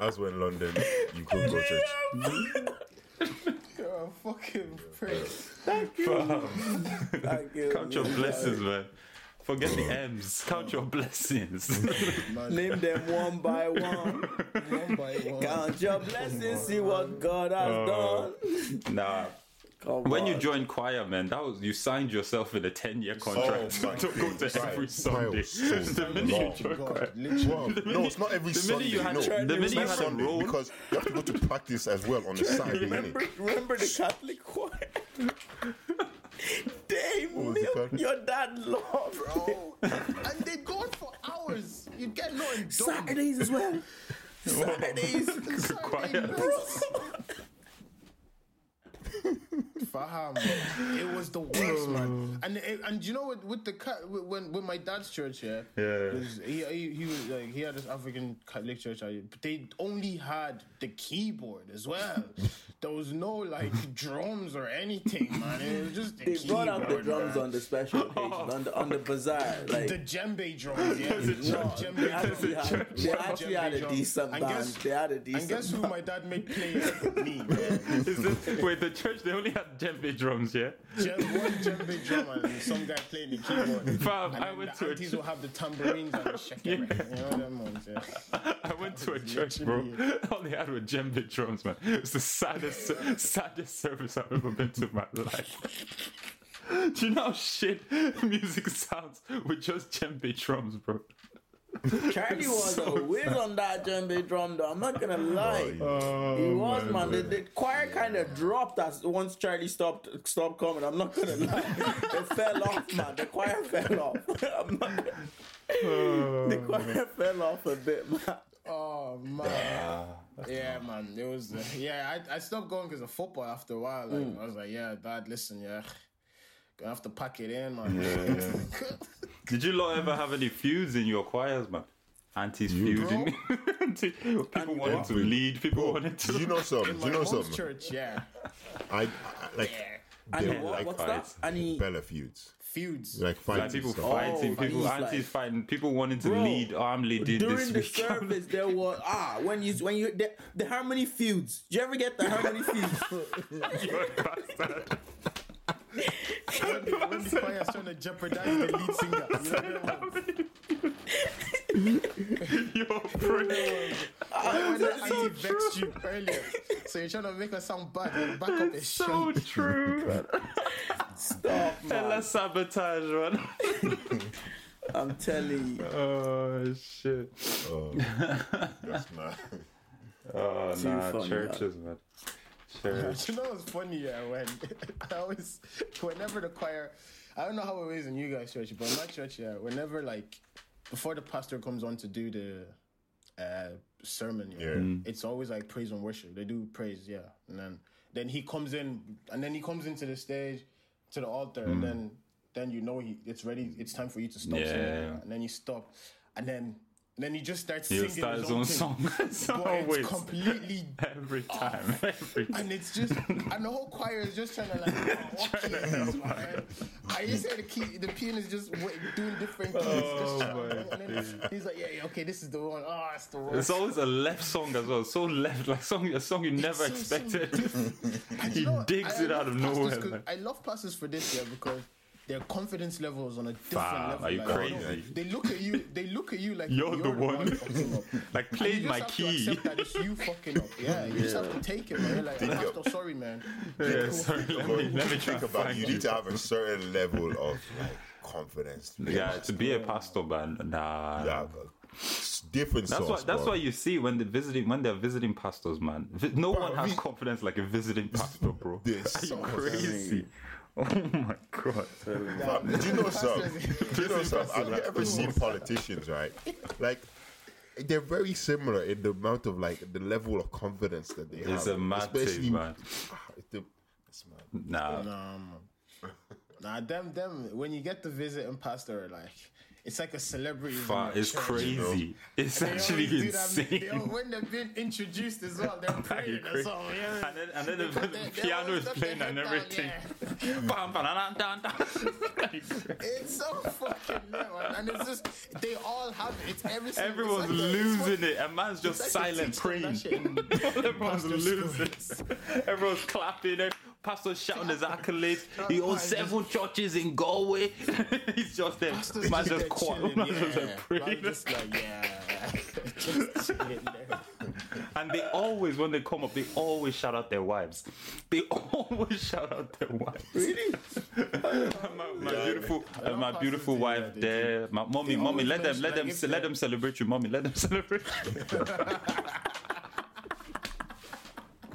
E: that's when London, you couldn't go to church.
D: You're a fucking prick.
C: like, uh,
A: Count your blessings, man. Forget the M's. Count your blessings.
C: Name them one by one.
D: One by one.
C: Count your blessings. See what God has done.
A: nah.
C: Come
A: When you
C: on.
A: joined choir, man, that was you signed yourself in a ten-year contract
E: my
A: to go
E: days.
A: to every
E: Miles,
A: Sunday.
E: Miles, so
A: the minute
E: long.
A: you joined choir,
D: God, literally.
E: Wow. No, it's not every
A: The minute
E: Sunday.
A: you had
E: no,
A: church, the minute
E: It's
A: you
E: not
A: had a
E: Sunday
A: role.
E: because you have to go to practice as well on the side. innit?
C: Remember, remember the Catholic choir. Damn,
E: was the Catholic-
C: your dad loved it.
D: Bro, Oh, and they go on for hours. You get no endurance.
C: Saturdays as well. Saturdays.
A: choir.
D: Fam, it was the worst, man. And it- and you know with with the cut with, when with my dad's church, yeah,
A: Yeah.
D: 'cause he, he he was like he had this African Catholic church, I- but they only had the keyboard as well. There was no like drums or anything, man. It was just the
C: They brought out the
D: keyboard,
C: drums
D: man.
C: on the special occasion, on the on the bazaar. Like
D: the djembe drums. Yeah, no, djembe
C: they actually
D: drums.
C: had, they
D: Djembe
C: actually had a
D: drums.
C: decent
D: And
C: band.
D: guess-
C: they had a
D: And
C: decent.
D: guess who
C: band.
D: my dad made play it? me?
A: Is
D: Man.
A: this, wait, the church, they only had djembe drums, yeah?
D: Djem- one djembe drummer and some guy playing the keyboard.
A: Fam,
D: And
A: I
D: then
A: went
D: the
A: to a
D: aunties will have the tambourines and the shaking. You know them ones, yeah.
A: I went to a
D: was
A: church, bro. All they had were djembe drums, man. It was the saddest, saddest service I've ever been to in my life. Do you know how shit music sounds with just djembe drums, bro?
C: Charlie was
A: So
C: a whiz on that djembe drum, though. I'm not
D: Oh,
C: gonna lie. he was, man. The, the choir kind of dropped as once Charlie stopped stopped coming. I'm not gonna lie. it fell off, man. The choir fell off. I'm not gonna- the choir fell off a bit, man.
D: Oh man, yeah, man. It was uh, yeah. I, I stopped going because of football after a while. Like,
C: Mm.
D: I was like, yeah, dad, listen, yeah, gonna have to pack it in, man.
A: Did you lot ever have any feuds in your choirs, man? Aunties feuding. Auntie- people wanted to lead. People wanted to.
E: Do you know something?
D: in
E: Do
D: my
E: you know
D: mom's
E: something?
D: church, yeah,
E: I, I like
C: And
E: they
C: what,
E: like
C: what's
A: fights.
C: that? And he,
E: Bella feuds,
D: feuds.
E: like
A: like
E: fighting.
A: people
E: stuff.
A: fighting,
C: fighting,
A: people
C: Oh, like-
A: aunties fighting, people wanting to
C: Bro,
A: lead. Oh, I'm leading this
C: during the
A: week.
C: service there was ah when you when you the, the harmony feuds. Do you ever get the harmony feuds?
D: when the, when the choir's trying to jeopardize the lead singer, you know them ones?
A: You're pretty.
D: when the auntie vexed you earlier, so you're trying to make her sound bad. and Back up is
A: so true.
C: Stop,
A: Hella
C: man.
A: sabotage, man.
C: I'm telling you.
A: Oh shit.
E: Oh. That's mad.
A: Oh
C: Too
A: nah,
C: funny,
A: churches, man. Church.
D: Do you know what's funny? Yeah, when I always, whenever the choir, I don't know how it is in you guys' church, but in my church, yeah, whenever like before the pastor comes on to do the uh, sermon, yeah,
E: Yeah. Mm.
D: it's always like praise and worship. They do praise, yeah, and then then he comes in, and then he comes into the stage, to the altar, and then then you know he, it's ready. It's time for you to stop, singing,
A: Yeah.
D: yeah, and then you stop, and then then he just starts
A: He'll
D: singing
A: start
D: his
A: his own
D: thing.
A: song. It's
D: But
A: always
D: it's Oh. completely
A: every time. Every time.
D: and it's just and the whole choir is just trying to like oh, what key is this, man? I just hear the key the pianist just w- doing different keys.
A: Oh,
D: just trying-
A: my
D: and then he's like, yeah, yeah, okay, this is the one. Oh, that's the one.
A: It's always a left song as well. So left, like song, a song you never
D: so- so
A: expected.
D: And
A: he
D: you know what?
A: digs
D: I
A: it out
D: love
A: of
D: pastors
A: nowhere.
D: 'cause-
A: man.
D: I love pastors for this year because their confidence level is on a different
A: Fam,
D: level.
A: are you
D: Like,
A: crazy?
D: I know, They look at you. They look at you like
A: You're the one.
D: fucking up.
A: Like,
D: And
A: played
D: you just
A: my
D: have to
A: key.
D: accept that it's you fucking up. Yeah, you just have to take it, man. You're like, Pastor, sorry, man.
A: Yeah, sorry, let me, let me try
E: Think
A: and
E: about it.
A: find
E: You
A: you.
E: need to have a certain level of like confidence. to be
A: Yeah,
E: able
A: to be a pastor, man. Nah.
E: to have a s- different
A: That's why.
E: sauce.
A: That's
E: bro.
A: why you see when the visiting when they're visiting pastors, man. vi- No one has
E: we-
A: confidence like a visiting pastor, bro.
E: This
A: Are you
E: sauce.
A: crazy? Oh my god!
E: Fam, Do you know something? Do you know something? Have you ever seen politicians, right? Like, they're very similar in the amount of like the level of confidence that they have.
A: It's a mad
E: Especially-
A: thing, man.
E: Ah, it's the- it's mad.
A: Nah,
D: Um, nah, them, them. When you get to visit in pastor, like it's like a celebrity.
A: fam, it's crazy. It's actually
D: They all,
A: insane.
D: when they've been introduced as well, they're
A: Are you
D: praying as
A: crazy?
D: well. Yeah.
A: And then, and then the,
D: But
A: the
D: they- they
A: piano
D: always
A: is
D: got
A: playing
D: their
A: and
D: head down,
A: everything. Bam, ba, da, da, da, da.
D: It's so fucking lit, man. and it's just they all have it. It's every. single-
A: Everyone's
D: it's like a- it's
A: losing
D: fucking-
A: it, and man's just
D: it's like they
A: silent
D: teach them
A: praying.
D: that shit in-
A: Everyone's
D: Pastor's
A: losing. Everyone's clapping. eh, Pastor's shouting his accolades. He owns seven churches in Galway. He's just there.
D: Pastor's
A: Man's
D: just
A: just
D: there
A: quiet.
D: chilling,
A: Man's just
D: yeah.
A: like
D: Man's
A: praying.
D: just like, yeah, just chilling there.
A: And they always, when they come up, they always shout out their wives. They always shout out their wives. Really? my, my beautiful, uh,
D: know
A: my
D: pastors
A: beautiful
D: do
A: wife
D: that, they
A: there. My mommy,
D: They
A: mommy,
D: always
A: let them,
D: mention,
A: let
D: like,
A: them,
D: if
A: ce- let
D: they're-
A: them celebrate you, mommy. Let them celebrate.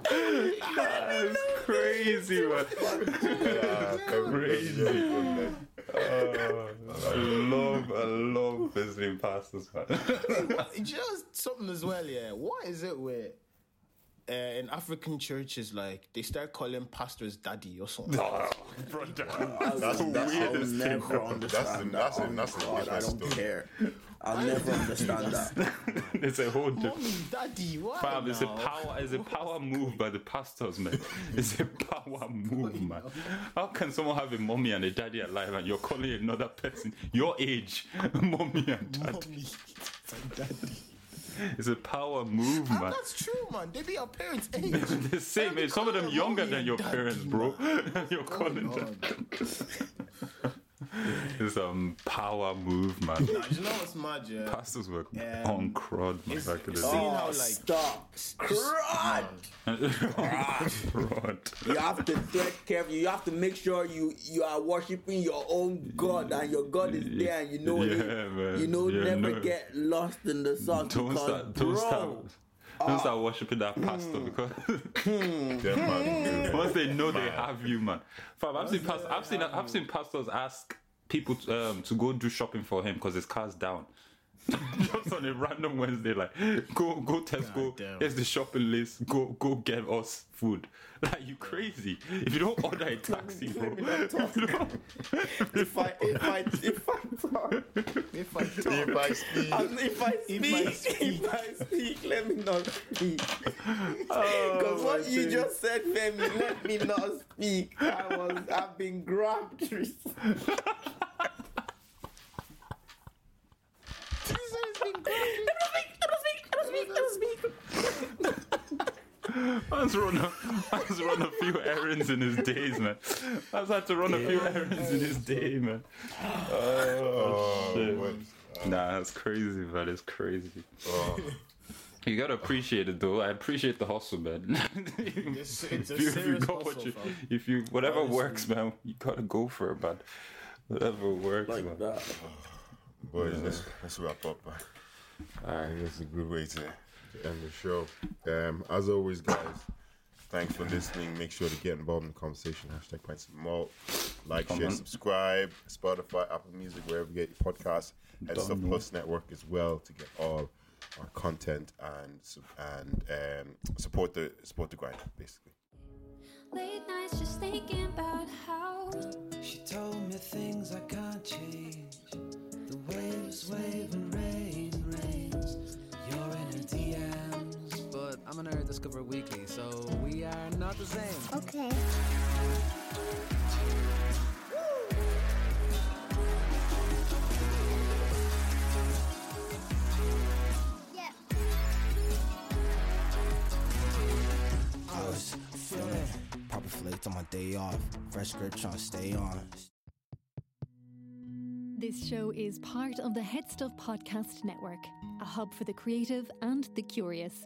A: That's crazy, man. Crazy. I love, I love visiting pastors, man.
D: Do you know something as well? Yeah, what is it with uh, in African churches, like they start calling pastors daddy or something.
A: Oh, brother.
E: That's the
C: I'll
E: weirdest thing.
C: never
E: bro.
C: understand
E: That's
C: that.
E: the, that's the,
C: Oh,
E: that's the
C: God, I don't
E: weirdest story.
C: care. I'll never understand that.
A: It's a whole different.
D: Mommy, daddy, why?
A: Fam, it's a
D: now?
A: power. It's a power move by the pastors, man. It's a power move, man. How can someone have a mommy and a daddy alive, and you're calling another person your age, mommy and daddy?
D: Mommy, daddy.
A: It's a power move,
D: And
A: man.
D: Ah, that's true, man. They be our parents' age.
A: The same age. Some of them younger than your parents, bro. you're calling them. It's a power move, man.
D: Nah, you know what's mad, yeah?
A: Pastors were
D: Yeah.
A: on crud, man, back in the
D: Seeing
A: day.
D: how
C: Oh,
D: like
C: stop. Crud!
A: Crud.
C: You have to tread carefully. You have to make sure you you are worshiping your own God and your God is there and you know it.
A: Yeah, man.
C: You know,
A: Yeah,
C: never
A: no.
C: get lost in the sauce.
A: Don't
C: because,
A: start. Don't
C: bro,
A: start. Don't start worshiping that pastor because
E: Yeah, man.
A: once they know they have you, man. Fam, I've seen past, I've seen I've seen pastors ask people to, um, to go do shopping for him because his car's down. Just on a random Wednesday, like go go Tesco.
D: damn.
A: Here's the shopping list. Go go get us food. Like you crazy if you don't order a taxi, bro. You don't-
C: If I if I if I talk,
D: if I talk,
E: If I speak,
C: um, if I speak, if I speak, let me not speak. Because what you just said, Femi, let me not speak. I was I've been grabbed. recently.
A: Man's run a man's run a few errands in his days, man. Man's had to run a few errands in his day, man. Oh, shit.
E: wait.
A: Nah, that's crazy, man. It's crazy.
E: Oh.
A: You gotta appreciate it though. I appreciate the hustle, man.
D: It's- it's a
A: if, you, if you
D: serious
A: got what
D: hustle,
A: you,
D: fam.
A: if you whatever works, man, you gotta go for it, man. Whatever works, man.
C: Like that.
E: boys, let's, let's wrap up. Man. I think that's a good way to end the show. Um, as always, guys, thanks for listening. Make sure to get involved in the conversation. Hashtag Pints of Malt. Like, share, subscribe. Spotify, Apple Music, wherever you get your podcasts. And Stuff Plus Network as well to get all our content and su- and um, support the support the grind basically.
F: Late nights just thinking about how
G: She told me things I can't change. The waves wave and rain rains. You're in her DMs. But I'm on her Discover Weekly, so we are not the same.
F: Okay. Yeah.
L: I was feeling proper flaked on my day off. Fresh grip trying to stay on.
B: This show is part of the Head Stuff Podcast Network, a hub for the creative and the curious.